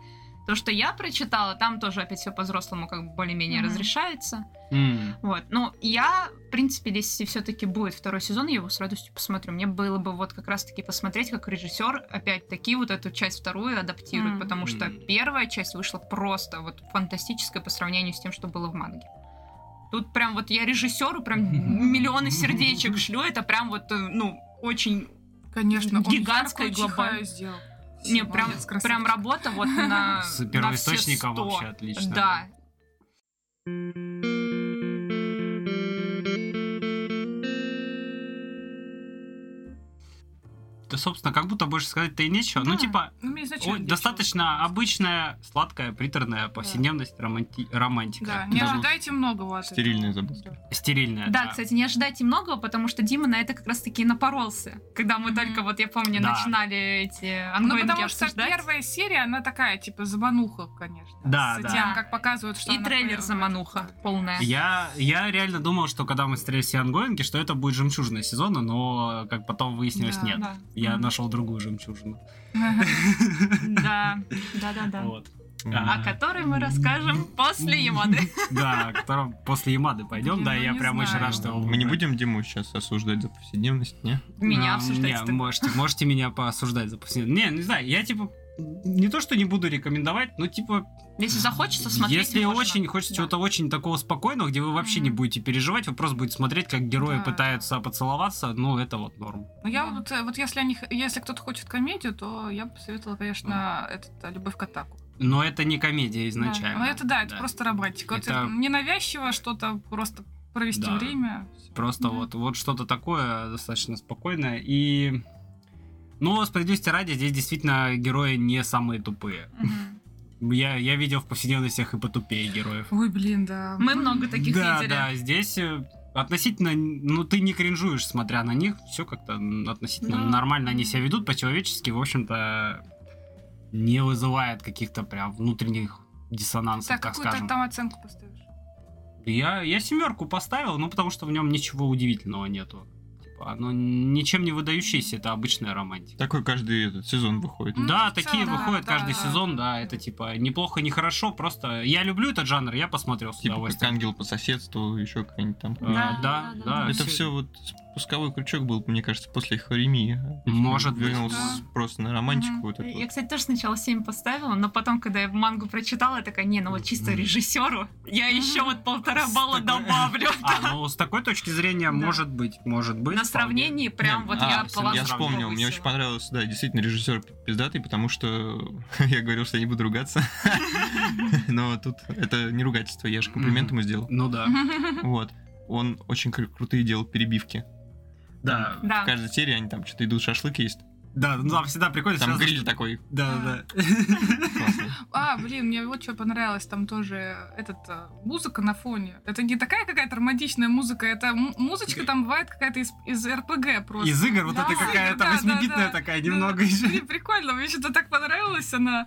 то, что я прочитала, там тоже опять все по-взрослому как бы более-менее Мгм. разрешается. М. Вот. Но я, в принципе, если все-таки будет второй сезон, я его с радостью посмотрю. Мне было бы вот как раз-таки посмотреть, как режиссер опять-таки вот эту часть вторую адаптирует, Мгм. потому что Мгм. первая часть вышла просто вот фантастическая по сравнению с тем, что было в манге. Тут прям вот я режиссеру прям миллионы сердечек шлю, это прям вот, э, ну, очень Конечно, он Гигантская яркую глобаль- чихаю сделал. не, Молодец, прям, красавчик. прям работа вот на, С первоисточником на все вообще 100. отлично. Да. Да, собственно, как будто больше сказать-то и нечего. Ну, Да. типа, Ну, мне изначально Ой, нечего. достаточно обычная, сладкая, приторная повседневность, романти- романтика. Да, не Да. ожидайте многого от этого. Стерильные забудки. Стерильная. Да, кстати, не ожидайте многого, потому что Дима на это как раз-таки и напоролся. Когда мы Мгм. только, вот я помню, Да. начинали эти Ну, ангоинги потому что обсуждать. первая серия, она такая, типа, замануха, конечно. Да, с да. тем, как показывают, что И она трейлер появится. замануха полная. Я, я реально думал, что когда мы стреляли все ангоинги, что это будет жемчужина сезона, но, как потом выяснилось, Да, нет. Да. Я Мгм. нашел другую жемчужину. Да, да, да, да. Вот. О которой мы расскажем после Ямады. Да, о котором после Ямады пойдем. Блин, Да, ну я не прям очень знаю. рад, что его Мы не выбрали. будем Диму сейчас осуждать за повседневность, не? Меня А, обсуждать. не, можете, можете меня поосуждать за повседневность. Не, не знаю, я типа не то, что не буду рекомендовать, но типа Если захочется смотреть, Если можно. очень хочется Да. чего-то очень такого спокойного, где вы вообще не Мгм. будете переживать, вы просто будете смотреть, как герои Да, пытаются поцеловаться, ну это вот норм. Ну, я Да. вот, э, вот если, они, х- если кто-то хочет комедию, то я бы посоветовала, конечно, этот, э, «Любовь к атаку». Но это не комедия изначально. Но это, да, это просто романтика. Вот Это- Это... ненавязчиво что-то просто провести Да. время. Просто Мгм. вот, вот что-то такое достаточно спокойное. И... Но, справедливости ради, здесь действительно герои не самые тупые. Мгм. Я, я видел в повседневностях и потупее героев. Ой, блин, да. Мы много таких да, видели. да, здесь э, относительно, ну ты не кринжуешь, смотря на них, все как-то м, относительно Да. нормально они себя ведут, по-человечески, в общем-то, не вызывает каких-то прям внутренних диссонансов, Так, так какую скажем. ты там оценку поставишь? Я, я семерку поставил, ну потому что в нем ничего удивительного нету. Типа, оно ничем не выдающееся, это обычная романтика. Такой каждый этот сезон выходит. Ну, Да, в такие целом, выходят да, каждый да. сезон, да, это типа неплохо, нехорошо, просто я люблю этот жанр, я посмотрел с Типа как удовольствием. ангел по соседству, еще какая-нибудь там. А, Э, Да, да, да, да, да, да. Это всё- все вот спусковой крючок был, мне кажется, после хоремии. Может быть, Вернулся да. просто на романтику Мгм. вот эту Я, вот. кстати, тоже сначала 7 поставила, но потом, когда я мангу прочитала, я такая, не, ну вот чисто Мгм. режиссеру я еще вот полтора С балла такой- добавлю. А, ну с такой точки зрения, Да. может быть, может быть. На вполне. сравнении прям Не, вот а, я всё, баланс Я вспомнил, мне повысила. очень понравилось, да, действительно, режиссер пиздатый, потому что я говорил, что я не буду ругаться. Но тут это не ругательство, я же комплимент Мгм. ему сделал. Ну да. Вот. Он очень кру- крутые делал перебивки. Да. В Да. каждой серии они там что-то идут, шашлык есть. Да, ну там всегда прикольно. Там сразу- гриль такой Да, да, да. классный. А, блин, мне вот что понравилось, там тоже этот э, музыка на фоне. Это не такая какая-то романтичная музыка, это м- музычка там бывает какая-то из, из РПГ просто. Из игр вот Да. это какая-то Да, да, восьмибитная да. такая, Да, немного да. еще. Блин, прикольно, мне что-то так понравилось она.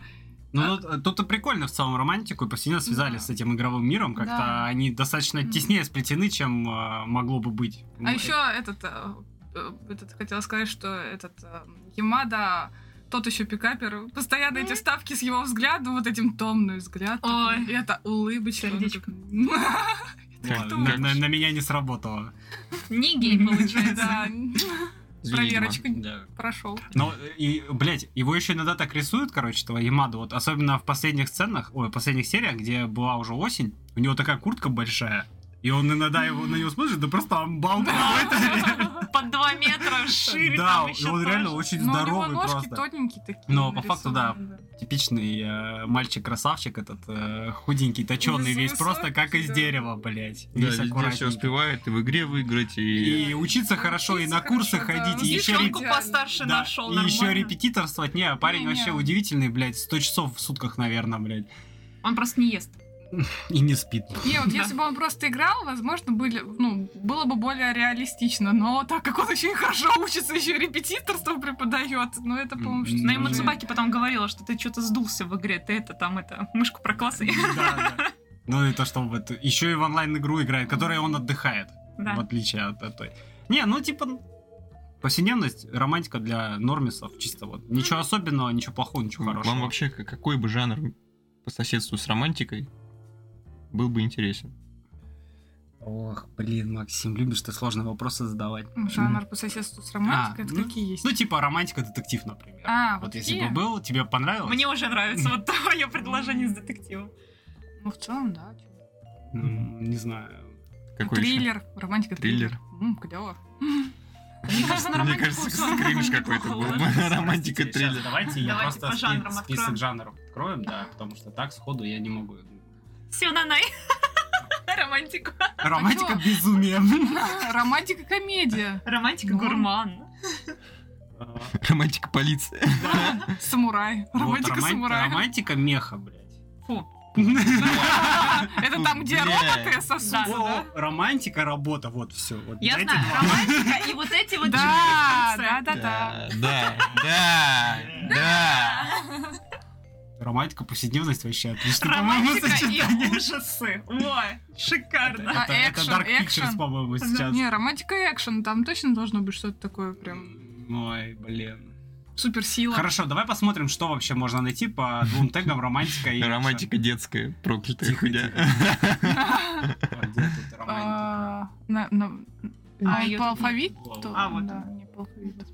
Ну, тут- тут и прикольно в целом романтику и повседневно связали Да. с этим игровым миром. Как-то Да. они достаточно Мгм. теснее сплетены, чем э, могло бы быть. Ну, А еще этот, э, э, этот, хотела сказать, что этот э, Ямада, тот еще пикапер, постоянно эти вставки с его взглядом, вот этим томный взгляд. такой. Ой. И это улыбочка. Сердечко. Ладно, Как- на как- на- на меня не сработало. Не гей, получается. Да, Извини, Дима. проверочку прошел. Но, э, и, блядь, его еще иногда так рисуют, короче, этого Ямаду, вот, особенно в последних сценах, ой, в последних сериях, где была уже осень, у него такая куртка большая, и он иногда его на него смотрит, да просто амбал какой-то. Под 2 метра шире Да, там и еще он реально очень Но Ну, у него здоровый ножки просто. тоненькие такие. Но по факту, да. нарисованные, Типичный э, мальчик-красавчик этот, э, худенький, точеный, весь Высокий, просто как из да. дерева, блядь. Да, Весь везде все аккуратненький. успевает, и в игре выиграть, и... И учиться хорошо, и на Учиться курсы Ну, хорошо, да. ходить, и Ну, еще девчонку Девчонку репетировать. идеально. постарше Да, нашел, и еще нормально. репетиторствовать. Не, парень Не-не. вообще удивительный, блядь, 100 часов в сутках, наверное, блядь. Он просто не ест. И не спит. Не, вот если бы он просто играл, возможно, были, ну, было бы более реалистично. Но так как он еще и хорошо учится, еще и репетиторством преподает, ну это, по-моему, М, что-то Но Ну, ему уже- Цубаки потом говорила, что ты что-то сдулся в игре, ты это там, это, мышку проклассай. Да, да. Ну и то, что он еще и в онлайн-игру играет, в которой он отдыхает, в Да. отличие от от той. Не, ну типа повседневность, романтика для нормисов, чисто вот. Ничего особенного, ничего плохого, ничего хорошего. Вам вообще к- какой бы жанр по соседству с романтикой был бы интересен? Ох, блин, Максим, любишь ты сложные вопросы задавать. Ну, Жанр по соседству с романтикой, А, это ну, какие есть? Ну, типа романтика-детектив, например. А, вот вот если такие? бы был, тебе понравилось? Мне уже нравится вот твое предложение с детективом. Ну, в целом, да. чё. М, Не знаю. Какой еще? триллер, романтика Триллер. триллер. М, клево. Мне кажется, на Мне романтику кажется, всё равно скринж неплохо какой-то был бы. ложится. Простите, Романтика, щас триллер. Давайте я Давайте просто по жанрам спи- список откроем. жанров откроем, да, потому что так сходу я не могу. Сюнанай. Романтику. Романтика а чё? безумия. Романтика комедия. Романтика Ну. гурман. А, Романтика полиции. Самурай. Вот, Романтика роман- самурая. Романтика меха, блядь. Фу. О, Это там, где Бля. роботы сосутся, да? Романтика, работа, вот все. Вот Я эти знаю, два. романтика и вот эти вот Да, четыре да, концепта. да, да. да, да, да. Романтика, повседневность вообще отлично. Романтика и Типа, сочетание. ужасы. Ой, шикарно. Это- А, это- Это экшен, Dark Pictures, экшен. по-моему, сейчас. Не, романтика и экшен, там точно должно быть что-то такое прям Ой, блин. суперсила. Хорошо, давай посмотрим, что вообще можно найти по двум тегам романтика и... Романтика детская, проклятая Тихо, хуйня. экшен. Вот где тут романтика? А, на- на- А, её по тут алфавиту? А, вот Да, она. не по алфавиту.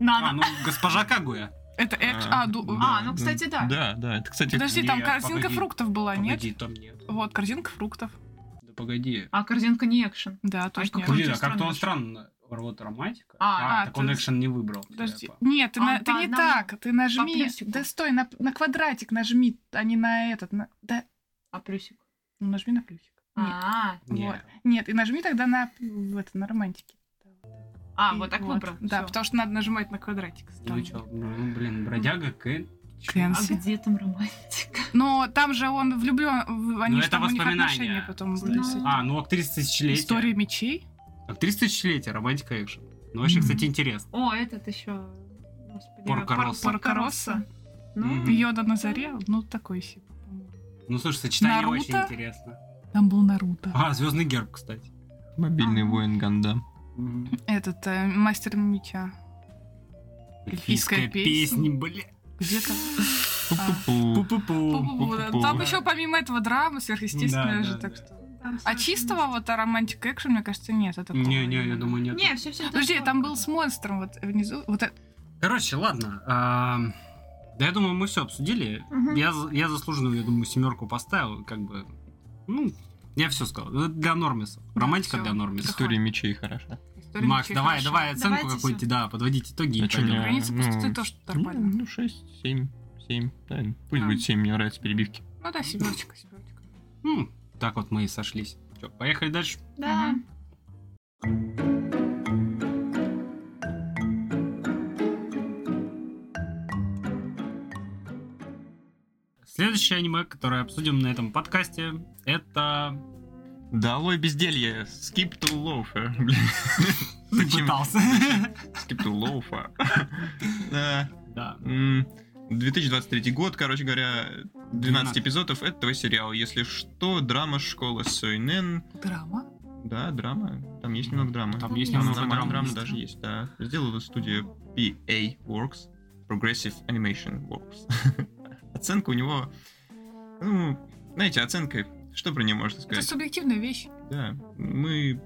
А, ну, госпожа Кагуя. Это экшен. А, ду- да, А, ну, кстати, да. Да, да, это, кстати, Подожди, не, там корзинка погоди. фруктов была, Погоди, нет? там нет. Вот, корзинка фруктов. Да погоди. А корзинка не экшен. Да, точно. какой? Блин, очень а как-то он странно. странно. Вот романтика. А, А, а, так то он есть- экшен не выбрал. Подожди. Типа. Нет, ты, А, на- ты по не одному. так. Ты нажми. плюсику. Да стой, на, на квадратик нажми, а не на этот. на- да, А плюсик? ну, нажми на плюсик. Нет, А, Не. Вот. нет, и нажми тогда на, в это, на романтике. а, И вот так выбрал. Да, Всё. потому что надо нажимать на квадратик. Ну и чё, ну, блин, бродяга, Кэн. Кэн. А где там романтика? Но там же он влюблен, в- они Ну, же это там у них воспоминания. отношения потом Ну, были. с этим. А, ну актриса тысячелетия. История мечей? Актриса тысячелетия, романтика экшен. Ну вообще, Мгм. кстати, интересно. О, этот еще. Порко Росса. Поркоросса. Мгм. Ну, Йода на заре? Ну, такой себе. по-моему. Ну слушай, сочетание Наруто? очень интересно. Там был Наруто. А, звездный герб, кстати. Мобильный А. Ага. воин Гандам. Этот, э, мастер меча. Эльфийская песня. бля. Где-то. Пу-пу-пу. Пу-пу-пу. А. Пу-пу-пу, да. Пу-пу-пу. Там Да. еще помимо этого драма сверхъестественная Да, же, да, так да. что. там А всё чистого разное. вот романтик экшен, мне кажется, нет. а Это Не, не, я думаю, нет. Не, все, все. Подожди, там был с монстром вот внизу. Вот это. Короче, ладно. ам, Да я думаю, мы все обсудили. Мгм. Я, за- я заслуженную, я думаю, семерку поставил, как бы. Ну, я все сказал. Это Для нормисов. Да, Романтика всё. для нормисов. История мечей хороша. история Макс, мечей давай, хорошо. давай оценку Давайте какую-нибудь, всё. да, подводите итоги. и А чё, пойдем. не- границы ну, пустоты тоже нормально. Ну, 6, 7, 7. Пусть А. будет 7, мне нравятся перебивки. Ну да, семерочка, семерочка. М, Ну, Так вот мы и сошлись. Чё, поехали дальше. Да. Следующее аниме, которое обсудим на этом подкасте, это... Долой безделье. Skip to loafer. Блин. Зачем? пытался. Skip to loafer. Да. Да. М, 2023 год, короче говоря, 12 12. эпизодов этого сериала. Если что, драма школа Сойнен. Драма. Да, драма. Там есть немного драмы. Там есть Там немного нормально драмы. драма даже есть, да. Сделала студия PA Works, Progressive Animation Works. Оценка у него, ну, знаете, оценка, что про нее можно Это сказать? субъективная вещь. Да, мы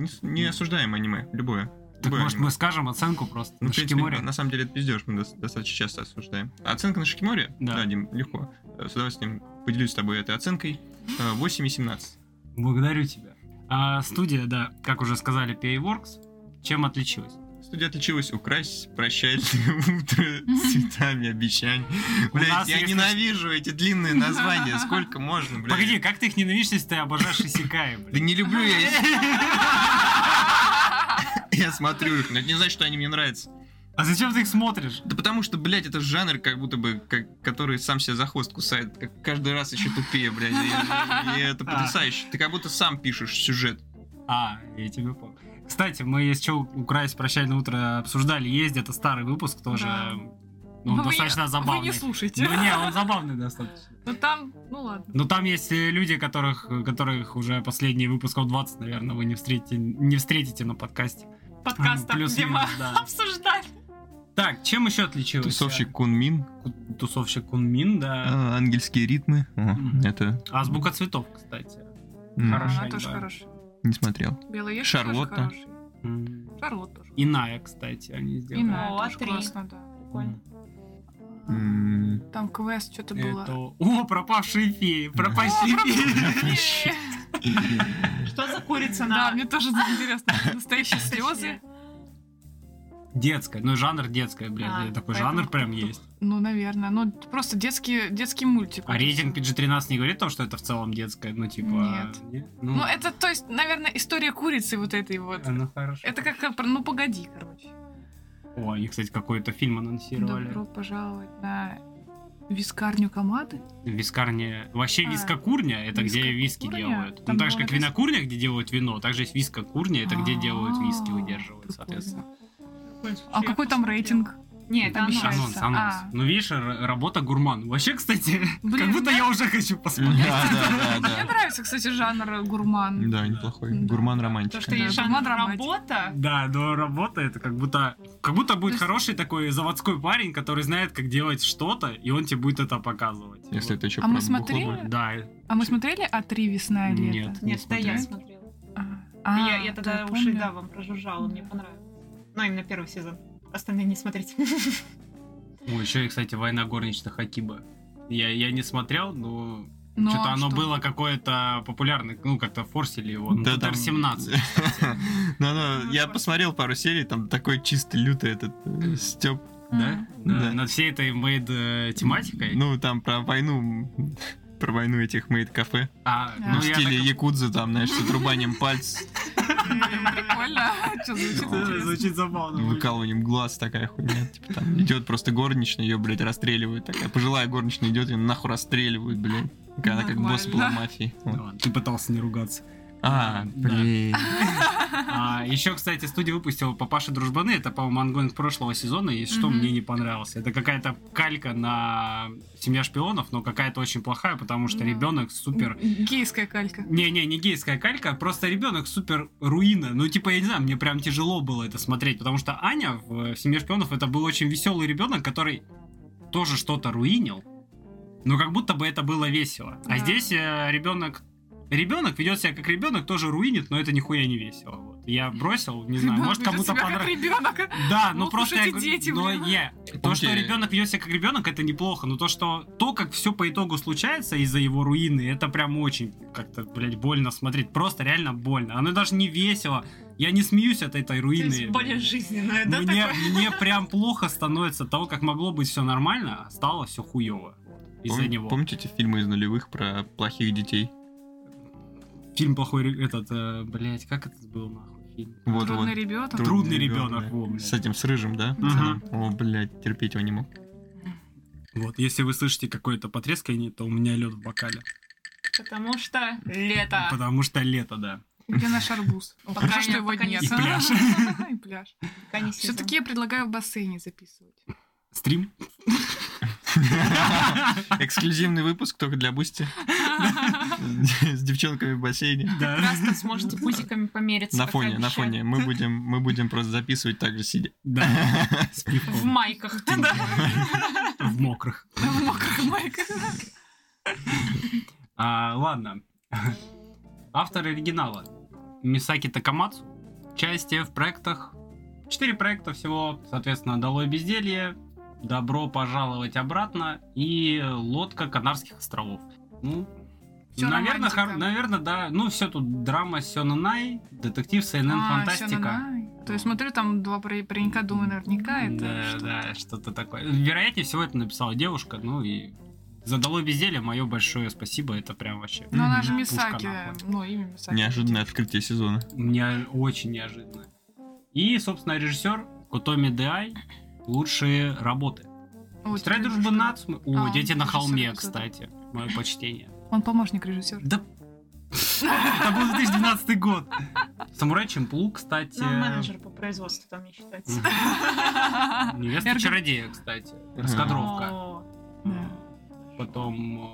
не, с- не осуждаем аниме, любое. Так, любое может, аниме. мы скажем оценку просто Ну, на в принципе, Шикиморе? на самом деле это пиздеж, мы дос- достаточно часто осуждаем. Оценка на Шикиморе? Да. Дим, легко. Э, С удовольствием поделюсь с тобой этой оценкой. Э, 8 и 17. Благодарю тебя. А, студия, да, как уже сказали, PA Works, чем отличилась? Студия отличилась украсть, прощать утро цветами обещаний. У нас Блять, я есть- ненавижу эти длинные названия, сколько можно, блядь. Погоди, как ты их ненавидишь, если ты обожаешь Исикаи, Да блин? не люблю я их. Я смотрю их, но это не значит, что они мне нравятся. А зачем ты их смотришь? Да потому что, блядь, это жанр, как будто бы, как- который сам себя за хвост кусает, как каждый раз еще тупее, блядь. И, и это потрясающе. Ты как будто сам пишешь сюжет. А, я тебя понял. Кстати, мы, если что, украсть прощальное утро обсуждали, есть это старый выпуск тоже. Да. Ну, он Вы- достаточно забавный. Вы не слушайте. ну, не, он забавный достаточно. Ну там, ну ладно. Но там есть э, люди, которых, которых уже последние выпусков 20, наверное, вы не встретите, не встретите на подкасте. Подкаст Плюс-минус, где мы да. обсуждали. Так, чем еще отличилось? Кунмин, А, Ку- Тусовщик Кунмин, да. ангельские ритмы. Мгм. Это Азбука цветов, кстати. Хорошо. Она тоже да. хорошая. не смотрел. Белая ешь Шарлотта. тоже хорошая. Шарлотта тоже. Иная, кстати, они сделали. Иная О, тоже три. классно, да. Прикольно. Там квест что-то было. Это... О, пропавшие феи, пропащие феи. Что за курица на... Да, мне тоже интересно. Настоящие слезы. Детская, ну жанр детская, блин, А, такой поэтому жанр прям круто. есть. Ну, наверное. Ну, просто детский, детский мультик. А рейтинг PG-13 не говорит о том, что это в целом детская, ну типа... Нет. не? Ну, это, то Э, есть, наверное, история курицы вот э, этой вот. Ну, хорошо. Это как, ну, погоди, короче. О, они, кстати, какой-то фильм анонсировали. Добро пожаловать на вискарню Камады. Вискарня. Вообще А, вискокурня это где виски вискокурня? делают. Там ну так же, как была вис- винокурня, где делают вино, также есть вискокурня, это где делают виски, А, выдерживают, прикольно. соответственно. А какой там рейтинг? Нет, это Обещаю. анонс. Анонс, Получается, анонс. а. Ну видишь, р- работа гурман. Вообще, кстати, Блин, как будто я уже хочу посмотреть. Да, да, Мне да. нравится, кстати, жанр гурман. Да, неплохой. Да. Гурман То, романтик. что я- Жанр Да, драматик. работа. Да, но работа это как будто... Как будто То будет есть- хороший такой заводской парень, который знает, как делать что-то, и он тебе будет это показывать. Если это еще А мы смотрели? Вот. Да. А мы смотрели «А три весна и лето»? Нет, Нет, да, я смотрел. смотрела. А, я, а, я то тогда я уши, помню. да, вам прожужжала, мне понравилось. Ну, именно первый сезон. Остальные не смотрите. Ой, еще и, кстати, «Война горничных Акиба». Я, я не смотрел, но Ну, что-то а оно что? было какое-то популярное, ну, как-то форсили его. Ну, Да, ТТР там- 17. Ну, ну, Ну, я хорошо. посмотрел пару серий, там такой чисто лютый этот э, Степ. Да? Да. Да. Над всей этой мейд э, тематикой. Ну, там про войну, м, про войну этих мейд-кафе. а, Да. ну, Ну, в я стиле так- якудзы, там, знаешь, с отрубанием пальц, Прикольно. Что звучит Ну, Да, интересно. Звучит забавно. выкалыванием глаз, такая хуйня. Типа там идет просто горничная, ее, блядь, расстреливают. Такая пожилая горничная идет, ее нахуй расстреливают, блядь. Когда как босс была Нормально. мафии. Вот. Ладно, Ты пытался не ругаться. А, Да. блин. еще, А, кстати, студия выпустила «Папаши Дружбаны». Это, по-моему, ангоинг прошлого сезона. И что Мгм. мне не понравилось? Это какая-то калька на «Семья шпионов», но какая-то очень плохая, потому что Да. ребенок супер Гейская калька. Не-не, не гейская калька, просто ребенок супер руина. Ну, типа, я не знаю, мне прям тяжело было это смотреть, потому что Аня в э, «Семье шпионов» это был очень веселый ребенок, который тоже что-то руинил, но как будто бы это было весело. Да. А здесь э, ребенок ребенок ведет себя как ребенок, тоже руинит, но это нихуя не весело. Вот. Я бросил, не знаю, Ребенок может ведет кому-то ну, себя как понравится. ребенок. Да, Ну, ну просто слушайте, я говорю, дети, но блин. не. То, что Помните- ребенок ведет себя как ребенок, это неплохо. Но то, что то, как все по итогу случается из-за его руины, это прям очень как-то, блядь, больно смотреть. Просто реально больно. Оно даже не весело. Я не смеюсь от этой То руины. есть более жизненное, да, мне, такое? мне прям плохо становится от того, как могло быть все нормально, а стало все хуево. Из-за Пом- него. Помните эти фильмы из нулевых про плохих детей? Фильм плохой ре- этот, э, блядь, как это был нахуй фильм? Вот, вот. Трудный ребенок. Тру- Трудный ребенок, да. во, блядь. С этим, с рыжим, да? Да. пацаном? О, блядь, терпеть его не мог. Вот, если вы слышите какое-то потрескивание, то у меня лед в бокале. Потому что лето. Потому что лето, да. Где наш арбуз? Хорошо, пока что нет, его пока нет. нет. И пляж. И пляж. Пока не сезон. Все-таки я предлагаю в бассейне записывать. Стрим? Эксклюзивный выпуск только для Бусти. С девчонками в бассейне. Да. Раз-то сможете пузиками помериться. На как фоне, на обещали. фоне. Мы будем, мы будем просто записывать так же сидя. Да, с В пивком. майках. да. В мокрых. В мокрых майках. А, ладно. Автор оригинала. Мисаки Такамацу. Участие в проектах. Четыре проекта всего. Соответственно, «Долой безделье», «Добро пожаловать обратно» и «Лодка Канарских островов». Ну, Всё наверное, романтика. хор- наверное, да. Ну, все тут драма Сёнэнай, детектив CNN А, фантастика. Сёнэнай. То есть смотрю, там два про- паренька, думаю, наверняка это да, что-то. да, что-то такое. Вероятнее всего, это написала девушка, ну и задало безделье, мое большое спасибо, это прям вообще. Но Ну, она Мгм. же Пушка Мисаки, нахуй. ну, имя Мисаки. Неожиданное открытие сезона. Мне очень неожиданно. И, собственно, режиссер Кутоми Деай лучшие работы. О, Страй теперь дружбы уже. нацумы. О, А, дети на режиссер холме, режиссер. кстати. Мое почтение. Он помощник режиссера. Да. Это был 2012 год. Самурай Чемплу, кстати. Ну, менеджер по производству там не считается. Невеста Эрго- чародея, кстати. Раскадровка. О, Потом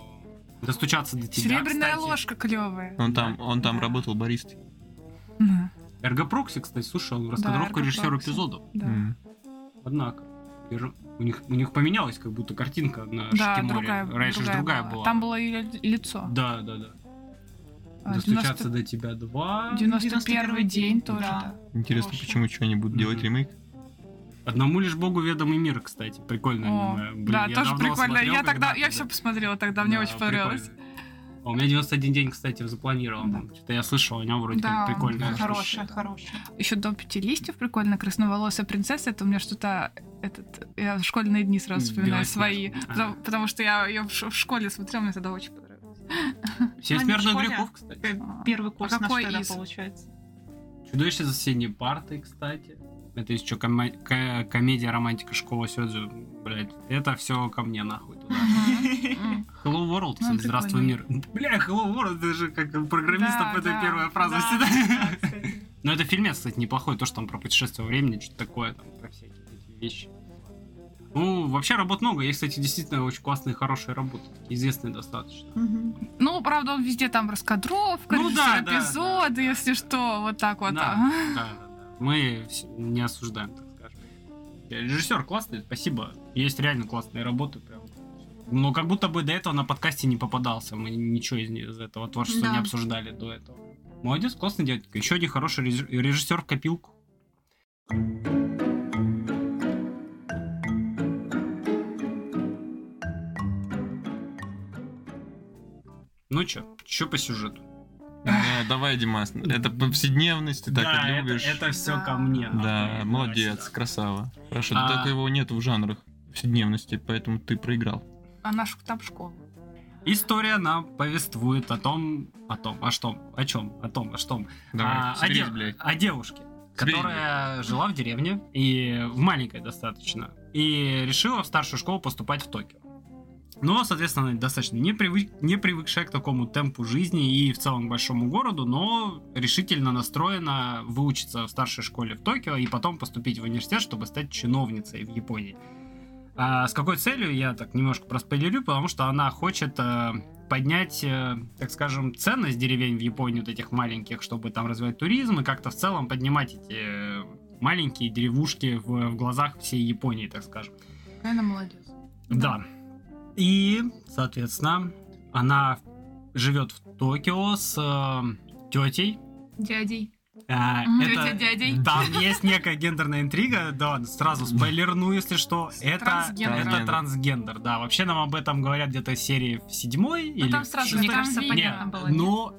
э, достучаться до тебя. Серебряная кстати. ложка клевая. Он там, он там Да. работал баристой. Да. Эргопрокси, кстати, слушай, он раскадровка Эрго режиссера Прокси. эпизодов. Да. М. Однако. и р- У них, у них поменялась как будто картинка на Да, Шикиморе. другая. Раньше же другая была. Там было ее лицо. Да, да, да. А, Достучаться 90 до тебя два. 91 день тоже, Да. да. Интересно, Хорошо. почему что они будут делать Мгм. ремейк? Одному лишь богу ведомый мир, кстати. Прикольно. О, да, тоже прикольно. Я тогда, я все посмотрела тогда, мне очень понравилось. А у меня 91 день, кстати, запланирован. Что-то я слышал о нем вроде Да, как прикольно. он Хорошая, хорошая. Еще до пяти листьев прикольно, красноволосая принцесса, это у меня что-то этот, я школьные дни сразу вспоминаю Белоснежка. свои, Ага. потому, потому что я ее в, ш- в школе смотрела, мне тогда очень понравилось. Все Они в смертных школе. грехов, кстати. Э, Первый курс А наш какой тогда из? получается. Чудовище за соседней партой, кстати. Это еще кома- ко- комедия, романтика, школа Сёдзю, блядь. Это все ко мне нахуй туда. Мгм. Hello World, кстати, Ну, прикольно. здравствуй мир. Бля, Hello World, это же как у программистов Да, это да, первая фраза Да, всегда. да, кстати. Но это фильмец, кстати, неплохой, то, что там про путешествие во времени, что-то такое, там, про всякие такие вещи. Ну, вообще работ много. Есть, кстати, действительно очень классные, хорошие работы. такие Известные достаточно. Ну, правда, он везде там раскадровка, Ну да, да, эпизоды, если что, вот так вот. Да, А. да, да, да. Мы вс- не осуждаем, так скажем. Режиссер классный, спасибо. Есть реально классные работы, прям. Но как будто бы до этого на подкасте не попадался. Мы ничего из, из этого творчества Да. не обсуждали до этого. Молодец, классный дядька. Еще один хороший реж- режиссер в копилку. Ну чё, чё по сюжету? Да, Ну, Давай, Димас, это повседневность, ты так и любишь. Это, все Да. ко мне. нахуй, Да, это молодец, вообще. красава. Хорошо, А. только его нет в жанрах повседневности, поэтому ты проиграл. А наш там школа. История нам повествует о том, о том, о что, о чем, о том, о что, Давай, о, соберись, дев- блядь. о А, девушке, Соберись, которая жила в деревне и в маленькой достаточно и решила в старшую школу поступать в Токио. Но, соответственно, она достаточно не, привык, не привыкшая к такому темпу жизни и в целом к большому городу, но решительно настроена выучиться в старшей школе в Токио и потом поступить в университет, чтобы стать чиновницей в Японии. А с какой целью, я так немножко проспойлерю, потому что она хочет э, поднять, э, так скажем, ценность деревень в Японии, вот этих маленьких, чтобы там развивать туризм и как-то в целом поднимать эти э, маленькие деревушки в, в глазах всей Японии, так скажем. Наверное, молодец. Да. И, соответственно, она живет в Токио с э, тетей. Дядей. А, Мгм. это- Тетя дядей. Там есть некая гендерная интрига, да, сразу спойлерну, если что. Это трансгендером. это трансгендер, да. Вообще нам об этом говорят где-то серии в седьмой Ну или там в сразу, шестой. мне там кажется, видно понятно было. нет? Но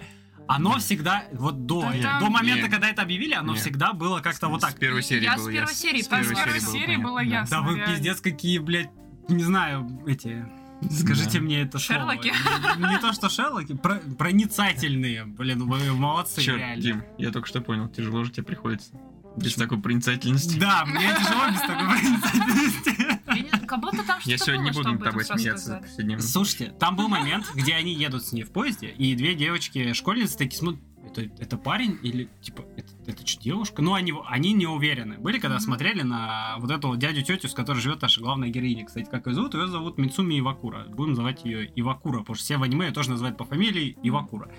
оно всегда, вот до, Да э, там- до момента, Нет. когда это объявили, оно Нет. всегда было как-то вот так. С первой серии Я был с первой ясно. серии С первой поняла. серии С было серии понятно. было Да. ясно. Да вы реально. пиздец какие, блядь, не знаю, эти... Скажите Да. мне это слово. Шерлоки. Не, не то, что Шерлоки, про- проницательные. Блин, вы молодцы, Черт, реально. Дим, я только что понял, тяжело же тебе приходится. Без такой проницательности. Да, мне тяжело без такой проницательности. Я не- Как будто там что-то Я сегодня не было, буду что об над тобой этом смеяться за рассказали. повседневность. Слушайте, там был момент, где они едут с ней в поезде, и две девочки-школьницы такие смотрят, это, это парень или типа это, это что девушка? Ну они они не уверены. Были когда Мгм. смотрели на вот эту вот дядю тетю, с которой живет наша главная героиня, кстати, как ее зовут? Ее зовут Мицуми Ивакура. Будем называть ее Ивакура, потому что все в аниме ее тоже называют по фамилии Ивакура.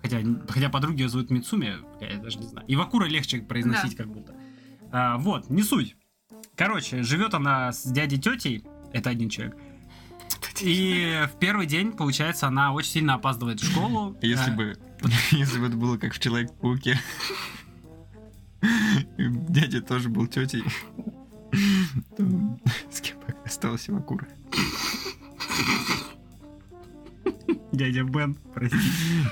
Хотя, хотя подруги ее зовут Мицуми, я даже не знаю. Ивакура легче произносить как будто. А, вот, не суть. Короче, живет она с дядей тетей, это один человек. И в первый день, получается, она очень сильно опаздывает в школу. Если А, бы, если бы это было как в Человек-пауке. И Дядя тоже был тетей. то С кем бы осталась его кура? Дядя Бен, прости.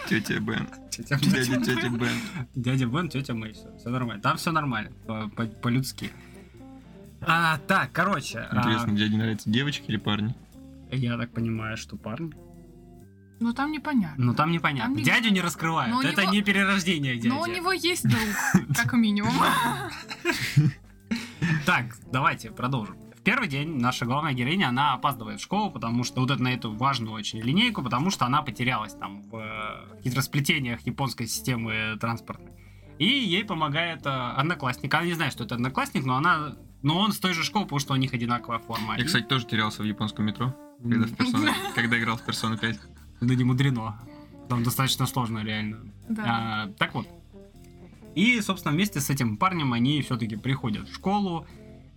Тетя Бен. Тетя Дядя, Бен. тетя Бен. Дядя Бен, тетя Мэй, все, нормально. Там все нормально, по- по- по-людски. А, так, короче, а, Интересно, дяде нравятся девочки или парни? я так понимаю, что парни. Ну там непонятно. Ну там непонятно. Там не- Дядю не раскрывают. Но у Это него- не перерождение дяди. Но у него есть друг, как минимум. Так, давайте продолжим. В первый день наша главная героиня, она опаздывает в школу, потому что вот это, на эту важную очень линейку, потому что она потерялась там в э, хитросплетениях японской системы транспортной. И ей помогает э, одноклассник. Она не знает, что это одноклассник, но она... Но он с той же школы, потому что у них одинаковая форма. Я, кстати, тоже терялся в японском метро, когда, в М, Persona- когда играл в Persona 5. Да не мудрено. Там достаточно сложно, реально. Да. А, так вот. И, собственно, вместе с этим парнем они все-таки приходят в школу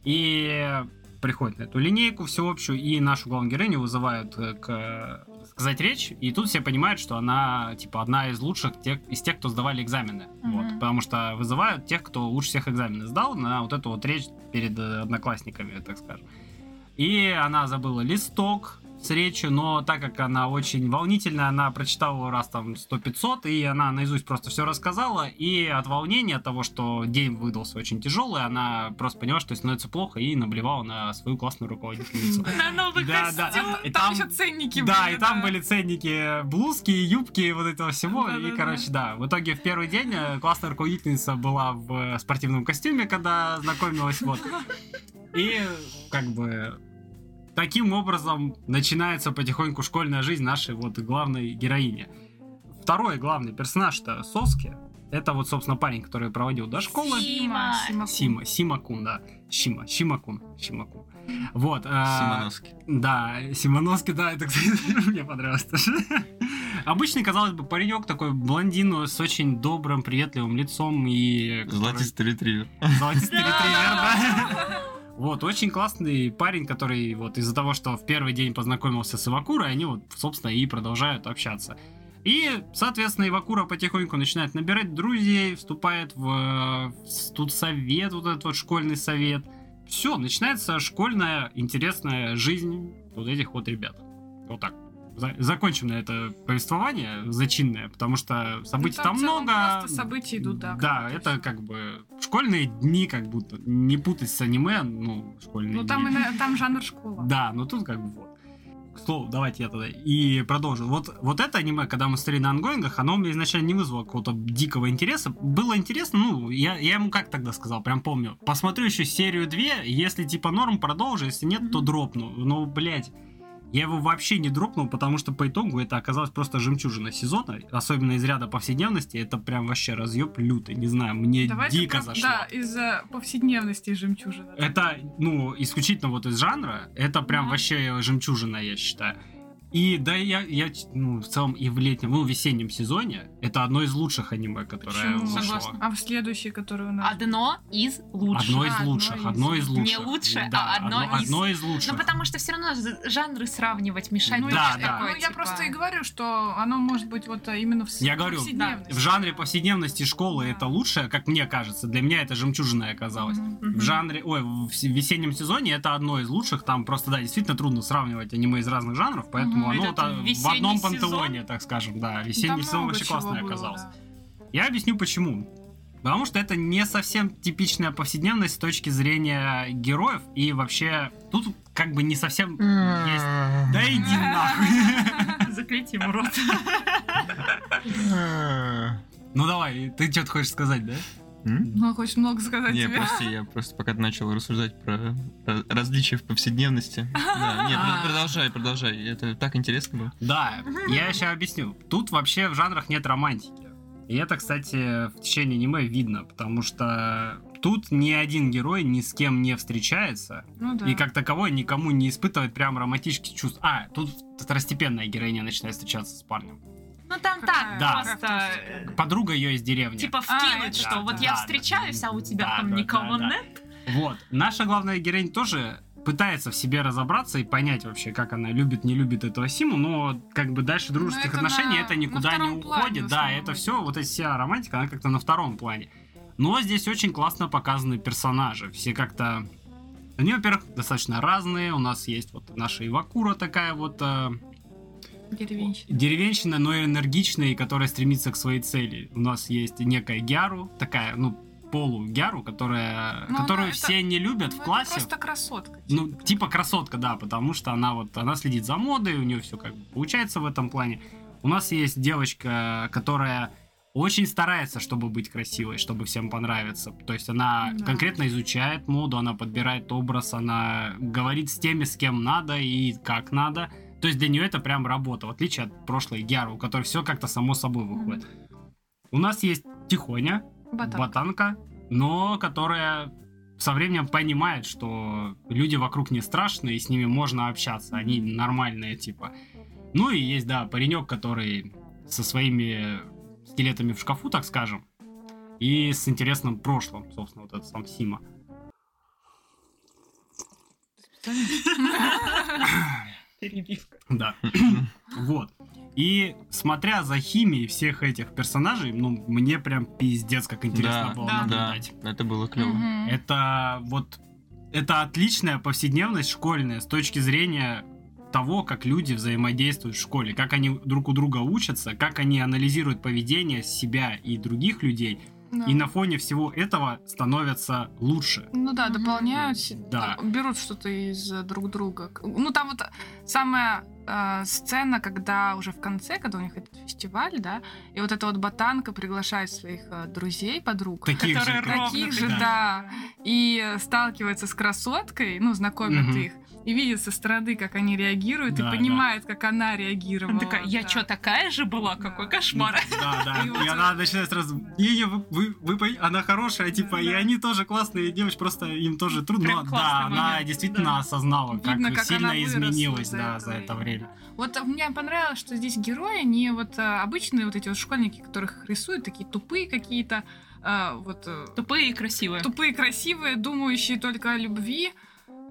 и приходят на эту линейку всеобщую, и нашу главную героиню вызывают э, к э, сказать речь, и тут все понимают, что она, типа, одна из лучших тех, из тех, кто сдавали экзамены. Вот, Мгм. потому что вызывают тех, кто лучше всех экзамены сдал на вот эту вот речь перед э, одноклассниками, так скажем. И она забыла листок, с речью, но так как она очень волнительная, она прочитала его раз там 100-500, и она наизусть просто все рассказала, и от волнения от того, что день выдался очень тяжелый, она просто поняла, что ей становится плохо, и наблевала на свою классную руководительницу. На новый Да, да. костюм. И Там, там- еще ценники Да, были. и там были ценники, э, блузки, юбки, вот этого всего. Да, да, И, да. короче, да. В итоге в первый день э, классная руководительница была в э, спортивном костюме, когда знакомилась. Вот. И как бы таким образом начинается потихоньку школьная жизнь нашей вот главной героини. Второй главный персонаж-то Соски. Это вот, собственно, парень, который проводил до школы. Сима. Сима. Сима, Симакун, да. Сима, Симакун, Симакун. Вот. э, Симоновский. да, Симоновский, да, это, кстати, мне понравилось тоже. Обычный, казалось бы, паренек такой блондин с очень добрым, приветливым лицом и... который- Золотистый ретривер. Золотистый ретривер, да. Вот, очень классный парень, который вот из-за того, что в первый день познакомился с Ивакурой, они вот, собственно, и продолжают общаться. И, соответственно, Ивакура потихоньку начинает набирать друзей, вступает в, э, в тут совет, вот этот вот школьный совет. Все, начинается школьная интересная жизнь вот этих вот ребят. Вот так. За- закончим на это повествование зачинное, потому что Ну, событий в там, целом много. Просто события идут, да. Да, как-то это всё. как бы школьные дни, как будто. Не путать с аниме, ну, школьные Ну дни. там, и на- там жанр школа. Да, но тут как бы вот. К слову, давайте я тогда и продолжу. Вот, вот это аниме, когда мы смотрели на ангоингах, оно у меня изначально не вызвало какого-то дикого интереса. Было интересно, ну, я, я ему как тогда сказал, прям помню. Посмотрю еще серию 2, если типа норм, продолжу, если нет, то Мгм. дропну. Но, блядь, я его вообще не дропнул, потому что по итогу это оказалось просто жемчужина сезона, особенно из ряда повседневности, это прям вообще разъеб лютый, не знаю, мне Давайте дико про- зашло. Да, из-за повседневности жемчужина. Это, ну, исключительно вот из жанра. Это прям Да. вообще жемчужина, я считаю. И да, я, я, ч- ну, в целом и в летнем, ну, в весеннем сезоне это одно из лучших аниме, которое Почему? вышло. Согласна. А в следующий, который у нас... Одно из лучших. Одно из Одно лучших, из- одно из не лучших. лучше, Да, а одно из- одно из лучших. Ну, потому что все равно з- жанры сравнивать мешать. Ну, знаешь, да, да. такое, Ну, я типа, просто и говорю, что оно может быть вот э, именно в с- Я говорю, повседневности. В жанре повседневности школы Да. это лучшее, как мне кажется. Для меня это жемчужина оказалось. Мгм. В жанре, ой, в с- весеннем сезоне это одно из лучших. Там просто, да, действительно трудно сравнивать аниме из разных жанров, поэтому Мгм. оно Этот вот, а, в весенний одном сезон? пантеоне, так скажем, да. Весенний Там сезон много вообще чего классный было, оказался. да. Я объясню почему. Потому что это не совсем типичная повседневность с точки зрения героев, и вообще тут как бы не совсем есть... Да иди нахуй. Заклейте ему рот. Ну давай, ты что-то хочешь сказать, да? М? Ну, хочешь много сказать Не, тебе. просто я просто пока ты начал рассуждать про ра- различия в повседневности. Да, нет, А. пр- продолжай, продолжай. Это так интересно было. Да, я сейчас объясню. Тут вообще в жанрах нет романтики. И это, кстати, в течение аниме видно, потому что тут ни один герой ни с кем не встречается, Ну да. и как таковой никому не испытывает прям романтических чувств. А, тут второстепенная героиня начинает встречаться с парнем. Ну, там Какая- так Да. просто. э, Подруга ее из деревни. Типа А, вкинуть, это да, что вот да, я да. встречаюсь, а у тебя Да, там да, да, никого да. нет. Вот. Наша главная героиня тоже пытается в себе разобраться и понять вообще, как она любит, не любит этого Симу, но как бы дальше Ну, дружеских это отношений на- это на никуда не втором плане уходит. в Да, основном. это все, вот эта вся романтика, она как-то на втором плане. Но здесь очень классно показаны персонажи. Все как-то... Они, во-первых, достаточно разные. У нас есть вот наша Ивакура такая вот... э, Деревенщина. деревенщина, но и энергичная, и которая стремится к своей цели. У нас есть некая Гяру, такая, ну, полу-Гяру, которая, Ну, которую она- это- все не любят Ну, в это классе. просто красотка. Ну, типа красотка, да, потому что она вот, она следит за модой, у нее все как бы получается в этом плане. У нас есть девочка, которая очень старается, чтобы быть красивой, чтобы всем понравиться. То есть она Да. конкретно изучает моду, она подбирает образ, она говорит с теми, с кем надо и как надо. То есть для нее это прям работа, в отличие от прошлой Гяры, у которой все как-то само собой выходит. У нас есть Тихоня, Ботан. ботанка, но которая со временем понимает, что люди вокруг не страшные, и с ними можно общаться, они нормальные, типа. Ну и есть, да, паренек, который со своими скелетами в шкафу, так скажем, и с интересным прошлым, собственно, вот этот сам Сима. Перебивка. Да. Вот. И смотря за химией всех этих персонажей, ну, мне прям пиздец, как интересно Да, было да. Да, наблюдать. это было клево. Мгм. Это вот это отличная повседневность школьная с точки зрения того, как люди взаимодействуют в школе, как они друг у друга учатся, как они анализируют поведение себя и других людей, Да. и на фоне всего этого становятся лучше. Ну да, Мгм. дополняют, си- Да. берут что-то из э, друг друга. К- Ну там вот самая э, сцена, когда уже в конце, когда у них этот фестиваль, да, и вот эта вот ботанка приглашает своих э, друзей, подруг, Таких Которые же, как- таких ровно же, такие. да, и э, сталкивается с красоткой, ну знакомит Мгм. их. И видит со стороны, как они реагируют, Да, и да. понимает, как она реагировала. Она такая, я да. чё, такая же была? Какой Да. кошмар. Да, да. И вот И она начинает сразу. «Не-не, вы- вы- вы пой- она хорошая, типа, и Да. они тоже классные девочки, просто им тоже Прям трудно. Но классный Да, она момент, действительно да. осознала, как Видно, как она сильно выросла изменилась, за да, это за это время. время. Вот э, мне понравилось, что здесь герои не вот э, обычные вот эти вот школьники, которых рисуют, такие тупые какие-то, э, вот э, Тупые и красивые. тупые, красивые, думающие только о любви.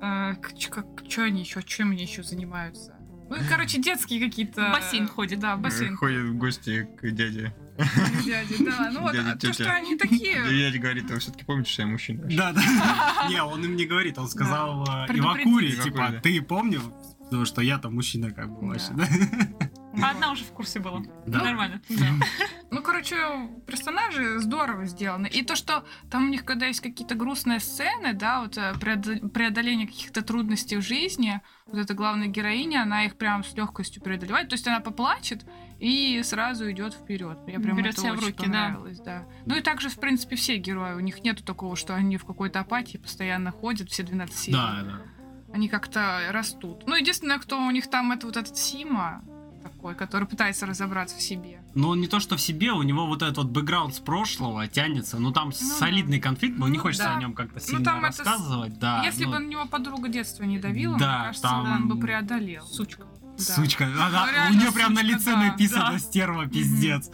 Э, к- ч- как, чё они еще, чем они еще занимаются? Ну, и, короче, детские какие-то. э, В бассейн ходят. Да, в бассейн. Ходит в гости к дяде. ходят, дяди, да. Ну вот, Дядя, а то, тётя. что они Да, такие. Дядя говорит, а вы все-таки помните, что я мужчина? Да, да. Не, он им не говорит, он сказал э, Предупредить. Ивакури, Ивакури, типа, да. ты помнил, потому что я там мужчина, как бы, вообще, да? А одна уже в курсе была. Да. Нормально. Ну, короче, персонажи здорово сделаны. И то, что там у них, когда есть какие-то грустные сцены, да, вот э, преодо- преодоление каких-то трудностей в жизни, вот эта главная героиня, она их прям с легкостью преодолевает. То есть она поплачет и сразу идет вперед. Я прям Берет это себя в очень руки, да. понравилось, да. Ну и также, в принципе, все герои. У них нету такого, что они в какой-то апатии постоянно ходят, все 12 серий. Да, да. Они как-то растут. Ну, единственное, кто у них там, это вот этот Сима такой, который пытается разобраться в себе. Но он не то, что в себе, у него вот этот вот бэкграунд с прошлого тянется, ну там солидный конфликт, но не Ну хочется да. о нем как-то сильно там это с- рассказывать, да. Если ну, бы на него подруга детства не давила, Да, мне кажется, там- он бы преодолел. Сучка. Сучка, она- у Ну, реально нее прям на сучка, лице да, написано да. стерва, пиздец.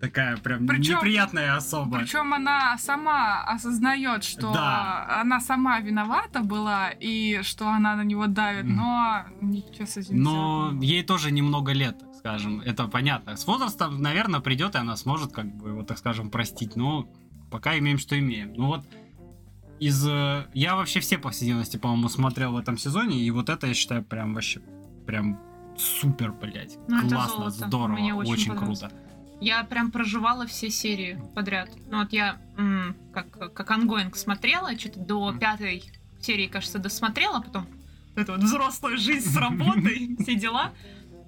Такая прям Причем- неприятная особа. Причем она сама осознает, что Да. она сама виновата была и что она на него давит, Мгм. но ничего с этим Но сделать не ей тоже немного лет, так скажем, это понятно. С возрастом, наверное, придет, и она сможет, как бы, его, так скажем, простить. Но пока имеем, что имеем. Ну вот, из... э, Я вообще все повседневности, по-моему, смотрел в этом сезоне, и вот это, я считаю, прям вообще, прям супер, блядь. Ну, это Классно, золото. здорово, Мне очень, очень понравилось. круто. Я прям проживала все серии подряд. Ну вот я м, как, как ангоинг смотрела, что-то до Мгм. пятой серии, кажется, досмотрела, потом вот эта вот взрослая жизнь с работой, все дела.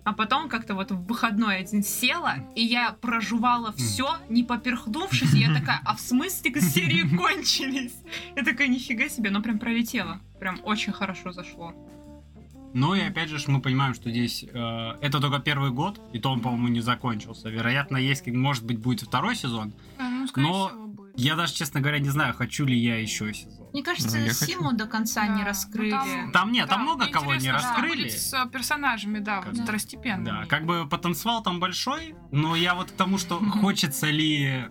А потом как-то вот в выходной один села, и я проживала все, не поперхнувшись, и я такая, а в смысле серии кончились? Я такая, нифига себе, но прям пролетела. Прям очень хорошо зашло. Ну и опять же, ж мы понимаем, что здесь э, это только первый год, и то он, по-моему, не закончился. Вероятно, есть, как- может быть, будет второй сезон. сделать. Да, ну, скорее Но всего, будет. Я даже, честно говоря, не знаю, хочу ли я еще сезон. Мне кажется, Ну, я хочу. Симу до конца не Да, ну раскрыли. там- Там нет, там Да, много мне кого не интересно, что раскрыли. будет с э, персонажами, да, Как вот бы. второстепенными. Да, как бы потенциал там большой, но я вот к тому, что хочется ли...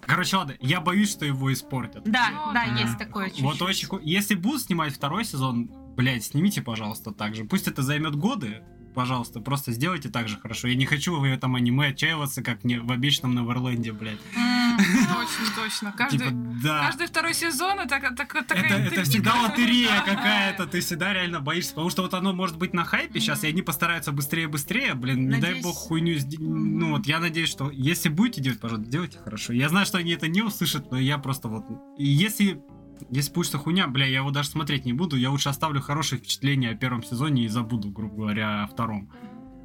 Короче, ладно, я боюсь, что его испортят. Да, Ну, да, да. есть такое чуть-чуть. Вот очень... ху- Если будут снимать второй сезон, блядь, снимите, пожалуйста, так же. Пусть это займет годы, пожалуйста, просто сделайте так же хорошо. Я не хочу в этом аниме отчаиваться, как мне в обычном Неверленде, блядь. М, Точно, точно. Типа, Каждый... да. Каждый второй сезон это так- так- такая Это, это интрига. всегда лотерея Да. какая-то, ты всегда реально боишься, потому что вот оно может быть на хайпе сейчас, и они постараются быстрее-быстрее, блин, не дай Надеюсь. бог хуйню, сде- ну вот я надеюсь, что если будете делать, пожалуйста, делайте хорошо. Я знаю, что они это не услышат, но я просто вот, и если, если получится хуйня, бля, я его даже смотреть не буду, я лучше оставлю хорошее впечатление о первом сезоне и забуду, грубо говоря, о втором.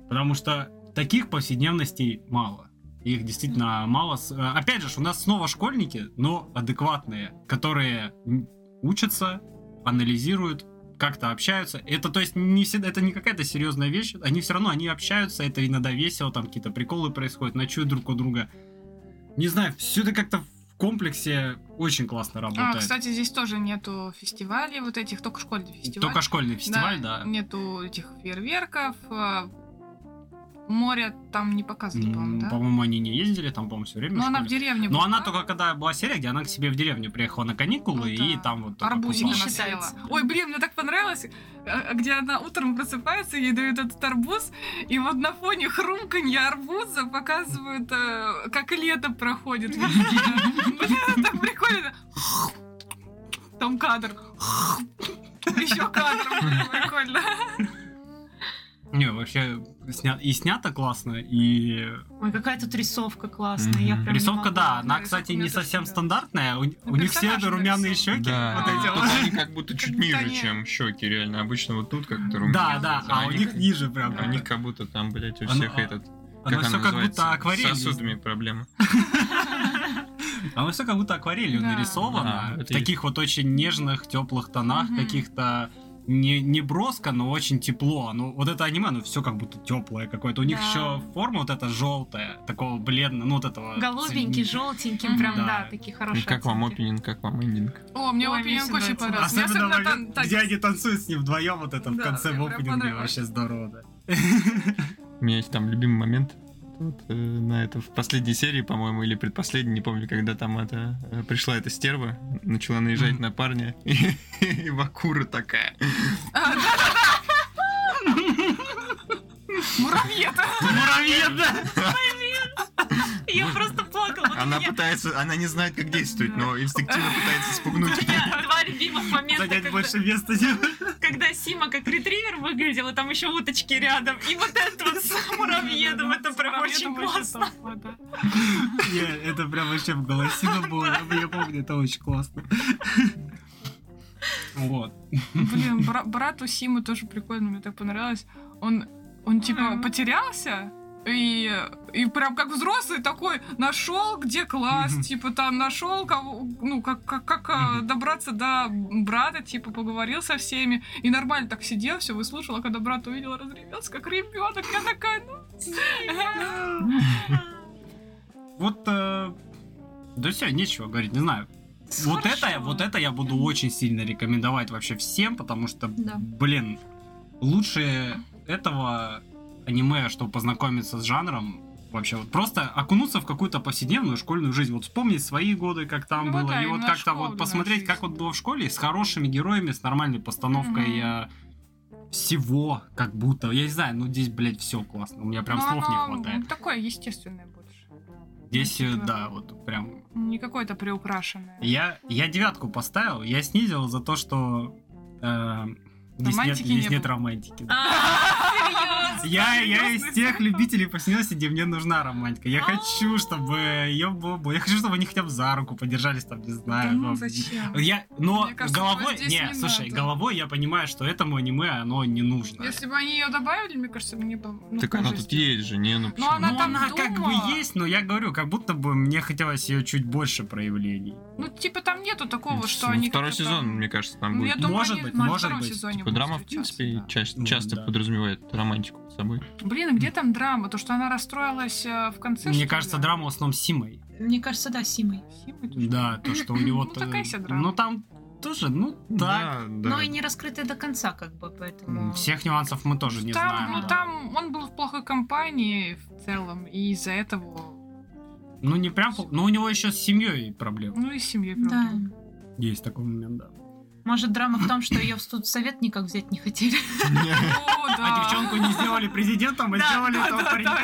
Потому что таких повседневностей мало. Их действительно мало. С- э, Опять же, ж, у нас снова школьники, но адекватные, которые м, учатся, анализируют, как-то общаются. Это, то есть, не всегда, это не какая-то серьезная вещь. Они все равно, они общаются, это иногда весело, там какие-то приколы происходят, ночуют друг у друга. Не знаю, все это как-то в комплексе очень классно А, работает. кстати, здесь тоже нету фестивалей вот этих, только школьный фестиваль. Только школьный фестиваль, да. Нету этих фейерверков. э, Море там не показывали, М, по-моему, да? По-моему, они не ездили, там, по-моему, все время. Но она школьные. в деревне Но была. она только когда была серия, где она к себе в деревню приехала на каникулы, Ну и да. там вот только Арбузик купалась. она съела. Ой, блин, мне так понравилось, э, где она утром просыпается, ей дают этот арбуз, и вот на фоне хрумканья арбуза показывают, э, как лето проходит. Блин, так прикольно. Там кадр. Еще кадр. Прикольно. Не, вообще сня- и снято классно, и Ой, какая тут рисовка классная. Мгм. я прям не рисовка, могу. да, она, рисовка кстати, мне не тоже совсем нравится. стандартная. У, Ну, у них все персонаж же румяные нарисован. щеки. Да, вот эти вот. только они как будто чуть Как будто ниже, они- чем щеки, реально. Обычно вот тут как-то Да, румяные, да, а у они них как- ниже прям. У них как будто там, блядь, у Оно- всех а- этот... Оно она все как называется? будто акварелью. А С сосудами проблема. Оно все как будто акварелью Да. нарисовано. Да, в это таких вот очень нежных, теплых тонах, Мгм. каких-то не, не броско, но очень тепло. Ну, вот это аниме, ну все как будто теплое какое-то. У них Да. еще форма вот эта желтая, такого бледного, ну вот этого. Голубенький, желтенький, Мгм. прям, Да. да, такие И хорошие. как вам оттенки. опенинг, как вам эндинг? О, мне Ой, мне опенинг всегда очень это понравился. Мне Особенно особенно момент, тан- танец. где они танцуют с ним вдвоем, вот это в Да, конце мне в прям опенинге понравилось. вообще здорово, да. У меня есть там любимый момент. Вот, э, на это в последней серии, по-моему, или предпоследней, не помню, когда там это э, пришла эта стерва, начала наезжать Мгм. на парня, и, и Вакура такая. Муравьед. Муравьед, да? Я просто плакала. вот Она у меня пытается, она не знает, как действовать, но инстинктивно пытается у спугнуть. меня два любимых момента, Занять когда, больше места не- когда Сима как ретривер выглядела, там еще уточки рядом. И вот это вот с муравьедом, это прям очень классно. Не, это прям вообще в голосину было. Я- Я помню, это очень классно. Вот. Блин, бра- брату Симы тоже прикольно, мне так понравилось. Он, он типа Мгм. потерялся, и, и прям как взрослый такой нашел, где класс, Мгм. типа там нашел, кого, ну как, как, как а, Мгм. добраться до брата, типа поговорил со всеми, и нормально так сидел, все выслушал, а когда брат увидел, разревелся, как ребенок, я такая, ну, Вот. э, Да все, нечего говорить, не знаю. Вот это, вот это я буду очень сильно рекомендовать вообще всем, потому что, Да. блин, лучше этого аниме, чтобы познакомиться с жанром, вообще вот просто окунуться в какую-то повседневную школьную жизнь, вот вспомнить свои годы, как там Ну было, да, и вот именно как-то вот школьная посмотреть, как жизнь. вот было в школе, с хорошими героями, с нормальной постановкой э, всего, как будто, я не знаю, ну здесь, блядь, все классно, у меня прям ну, слов не оно, хватает. м, Такое естественное больше. Здесь, э, типа- да, вот прям Не какое-то приукрашенное. Я, я девятку поставил, я снизил за то, что э, здесь, нет, Романтики здесь не нет было. А, романтики. А. Серьезно? Я, я из серьезно? тех любителей поснилось, где мне нужна романтика. Я А. хочу, чтобы ее было. бо- Я хочу, чтобы они хотя бы за руку подержались, там, не Да знаю. ну там. зачем? Я, но Мне кажется, головой, такое здесь не, не слушай, надо. головой я понимаю, что этому аниме оно не нужно. Если бы они ее добавили, мне кажется, мне бы... ну, Так она хуже тут сделали. есть же, не, ну почему? она Ну, там она как бы думала. есть, но я говорю, как будто бы мне хотелось ее чуть больше проявлений. Ну, типа, там нету Ну, такого, что ну, они... Второй как-то сезон, там- мне кажется, там Ну, я будет. думаю, Может они быть, на может втором быть. сезоне Типа, будут драма, в встречаться, принципе, да. ча- Ну, часто да. подразумевает романтику под собой. да. Блин, а где там драма? То, что она расстроилась э, в конце, что Мне ли? кажется, драма в основном с Симой. Мне кажется, да, Симой. Химы тоже. Да, то, что у него... Ну, то- такая себе драма. Ну, там тоже, ну, так. Но и не раскрытая до конца, как бы, поэтому... М, Всех нюансов мы тоже не там, знаем. ну, да. там он был в плохой компании в целом, и из-за этого... Ну, не прям... пол- Ну, у него еще с семьей проблемы. Ну, и с семьей Да. проблемы. Есть такой момент, да. Может, драма в том, что ее в тут совет никак взять не хотели. О, да. А девчонку не сделали президентом, а Да, сделали да, этого да, паренька да,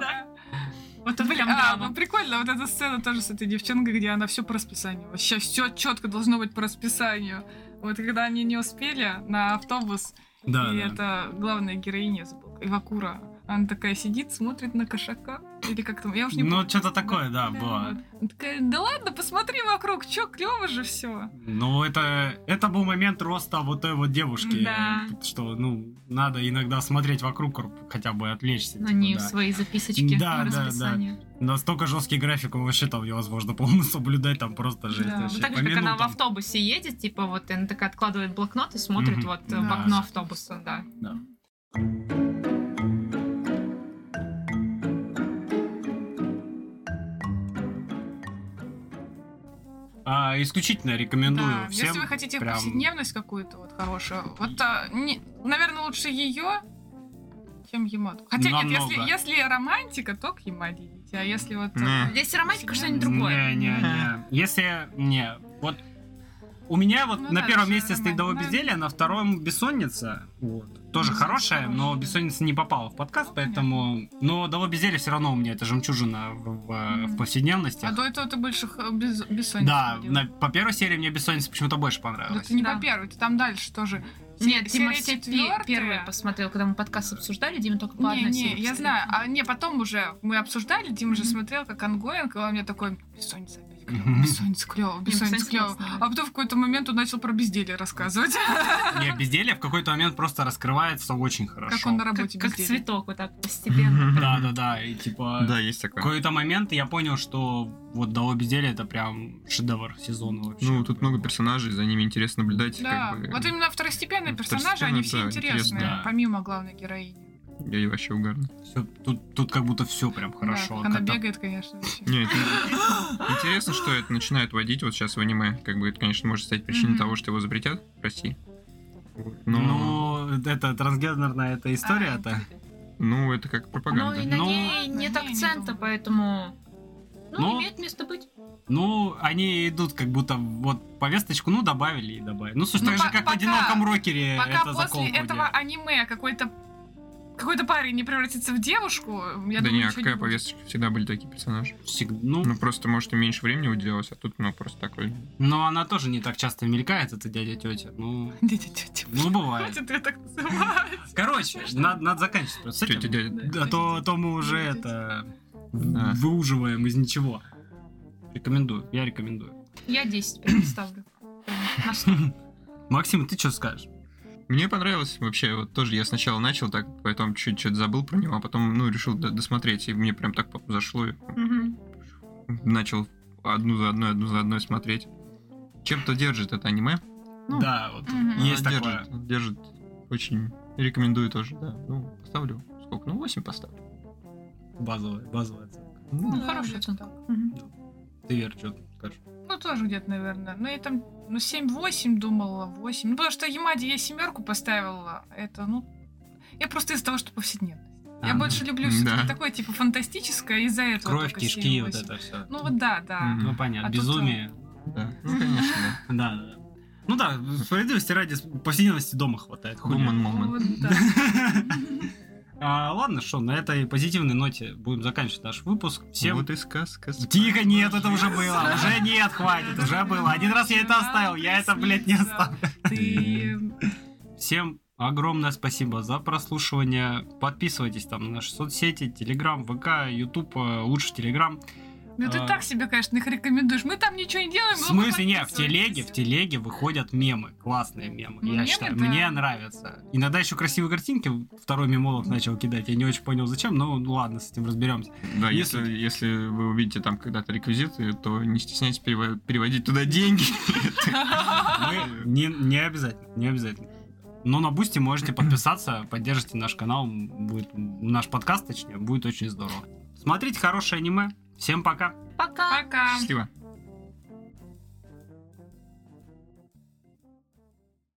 да, да. Вот это прям А, ну драма. прикольно, вот эта сцена тоже с этой девчонкой, где она все по расписанию. Вообще все четко должно быть по расписанию. Вот когда они не успели на автобус, Да, и да. это главная героиня, забыла, Ивакура, она такая сидит, смотрит на кошака. Или как там, я уж не Ну, помню. что-то такое, да, было. вот. Она такая, да ладно, посмотри вокруг, чё, клево же все. Ну, это, это был момент роста вот той вот девушки. Да. Что, ну, надо иногда смотреть вокруг, хотя бы отвлечься. На Ну, типа, ней в да. свои записочки на Да, да, да. расписание. Настолько жесткий график, его вообще там невозможно полностью соблюдать, там просто жесть. Да, вообще. Ну, так По же, как она в минутам. автобусе едет, типа вот и она такая откладывает блокнот и смотрит Мгм. вот э, в Да. окно автобуса, да. Да. А, исключительно рекомендую Да, всем. если вы хотите прям- повседневность какую-то вот хорошую, вот, а, не- наверное, лучше ее, чем Ямаду. Хотя нет, если, Намного. если романтика, то к Ямаде идите, а если вот... Не. э, Здесь романтика что-нибудь Повседневность. другое. Не, не, не. Если не, вот у меня вот Ну на да, первом всё месте стоит «Довод нормально, да. безделия», на втором бессонница. Вот. Тоже Ну, хорошая, но хорошая. бессонница не попала в подкаст, Ну, поэтому. Но «Довод безделия» все равно у меня это жемчужина в, в- в Мгм. повседневности. А до этого ты больше х- без, бессонница Да, ходила. на- по первой серии мне бессонница почему-то больше Да, понравилась. это не Да. по первой, ты там дальше тоже Нет, Дима серия все пе- четвёртая. первые посмотрел, когда мы подкаст обсуждали, Дима только по Не, одной серии не, я посмотрел. знаю. А не, потом уже мы обсуждали, Дима же Мгм. смотрел, как ангоинг, и он мне такой, бессонница опять клёво, бессонница клёво, бессонница «Бессонница» клёво. классная, да. А потом в какой-то момент он начал про безделье рассказывать, Не, безделье в какой-то момент просто раскрывается очень хорошо. как он на Как, работе как безделье. цветок вот так постепенно. Да, да, да, и типа... Да, есть В такое. какой-то момент я понял, что вот «Дало безделье» это прям шедевр сезона вообще. Ну, тут много персонажей, за ними интересно наблюдать. Да, как бы. вот именно второстепенные персонажи, Второстепенные, они все да, интересно, интересные, Ну, да. помимо главной героини. Я и вообще угарно. Всё- тут, тут как будто все прям хорошо. а Да, Она Как-то- бегает, конечно, вообще. Не, это- интересно, что это начинают водить вот сейчас в аниме. Как бы это, конечно, может стать причиной Мгм. того, что его запретят в России. Вот, Но, Ну, это трансгендерная эта А, история-то. ну, это как Ну пропаганда. и на Но- ней На ней нет не акцента, думаю. поэтому... Но- Ну, имеет место быть. Ну, они идут как будто вот повесточку, ну, добавили и добавили. Ну, слушай, Ну, так же, по- как в пока- «Одиноком Э, рокере» Пока это после заколку. этого аниме какой-то какой-то парень не превратится в девушку, я да думаю, не, а ничего какая будет. повесточка? Всегда были такие персонажи. Всег- Ну, Ну, просто, может, и меньше времени уделялось, а тут, ну, просто такой... но она тоже не так часто мелькает, это дядя-тетя. Ну, Дядя-тетя. ну, бывает. Хватит ее так называть. Короче, надо, надо заканчивать просто с этим. Тетя, дядя. Да, А то, то мы уже это Да. выуживаем из ничего. Рекомендую, я рекомендую. Я 10 прям ставлю. Прям на 100. Максим, ты что скажешь? Мне понравилось вообще, вот тоже я сначала начал так, потом чуть чуть забыл про него, а потом, ну, решил до- досмотреть, и мне прям так по- зашло, и Мгм. начал одну за одной, одну за одной смотреть. Чем-то держит это аниме. Ну, да, вот мгм. Оно есть держит, такое. оно держит. Очень рекомендую тоже, да. Ну, поставлю сколько? Ну, 8 поставлю. Базовая, базовая оценка. Ну, Ну, да, хорошая где-то оценка. так. Мгм. Ты, Вер, что скажешь? Ну, тоже где-то, наверное. Ну, я там, ну, 7-8 думала, 8. Ну, потому что Ямаде я семерку поставила. Это, ну, я просто из-за того, что повседневность. Я А, больше люблю М, все-таки ну, да. такое, типа, фантастическое, из-за этого Кровь, только кишки, 7-8. вот это все. Ну, вот да, да. Мгм. Ну, понятно, А тут, безумие. да. Ну, конечно, Да, да. да, да. Ну да, справедливости ради повседневности дома хватает. хули. Human Ну, moment. вот да. А, ладно, что, на этой позитивной ноте будем заканчивать наш выпуск. Всем Вот и сказка. Тихо, нет, это сказка. уже было. Уже нет, хватит, уже было. Один раз я это оставил, я это, блядь, не оставил. Ты... Всем огромное спасибо за прослушивание. Подписывайтесь там на наши соцсети, Телеграм, ВК, Ютуб, э, лучше Телеграм. Ну, ты А. так себе, конечно, их рекомендуешь. Мы там ничего не В делаем. но вы смысле, не, в телеге, в подписываетесь. телеге выходят мемы, классные мемы, Ну, я мемы, считаю. да. Мне нравятся. Иногда еще красивые картинки второй мемолог начал кидать. Я не очень понял, зачем, но ну, ладно, с этим разберемся. Да, Если- если, если вы увидите там когда-то реквизиты, то не стесняйтесь перево- переводить туда деньги. Мы- не, не обязательно, не обязательно. Но на Бусти можете подписаться, поддержите наш канал, будет наш подкаст, точнее, будет очень здорово. Смотрите хорошее аниме. Всем пока. Пока. Пока. Счастливо.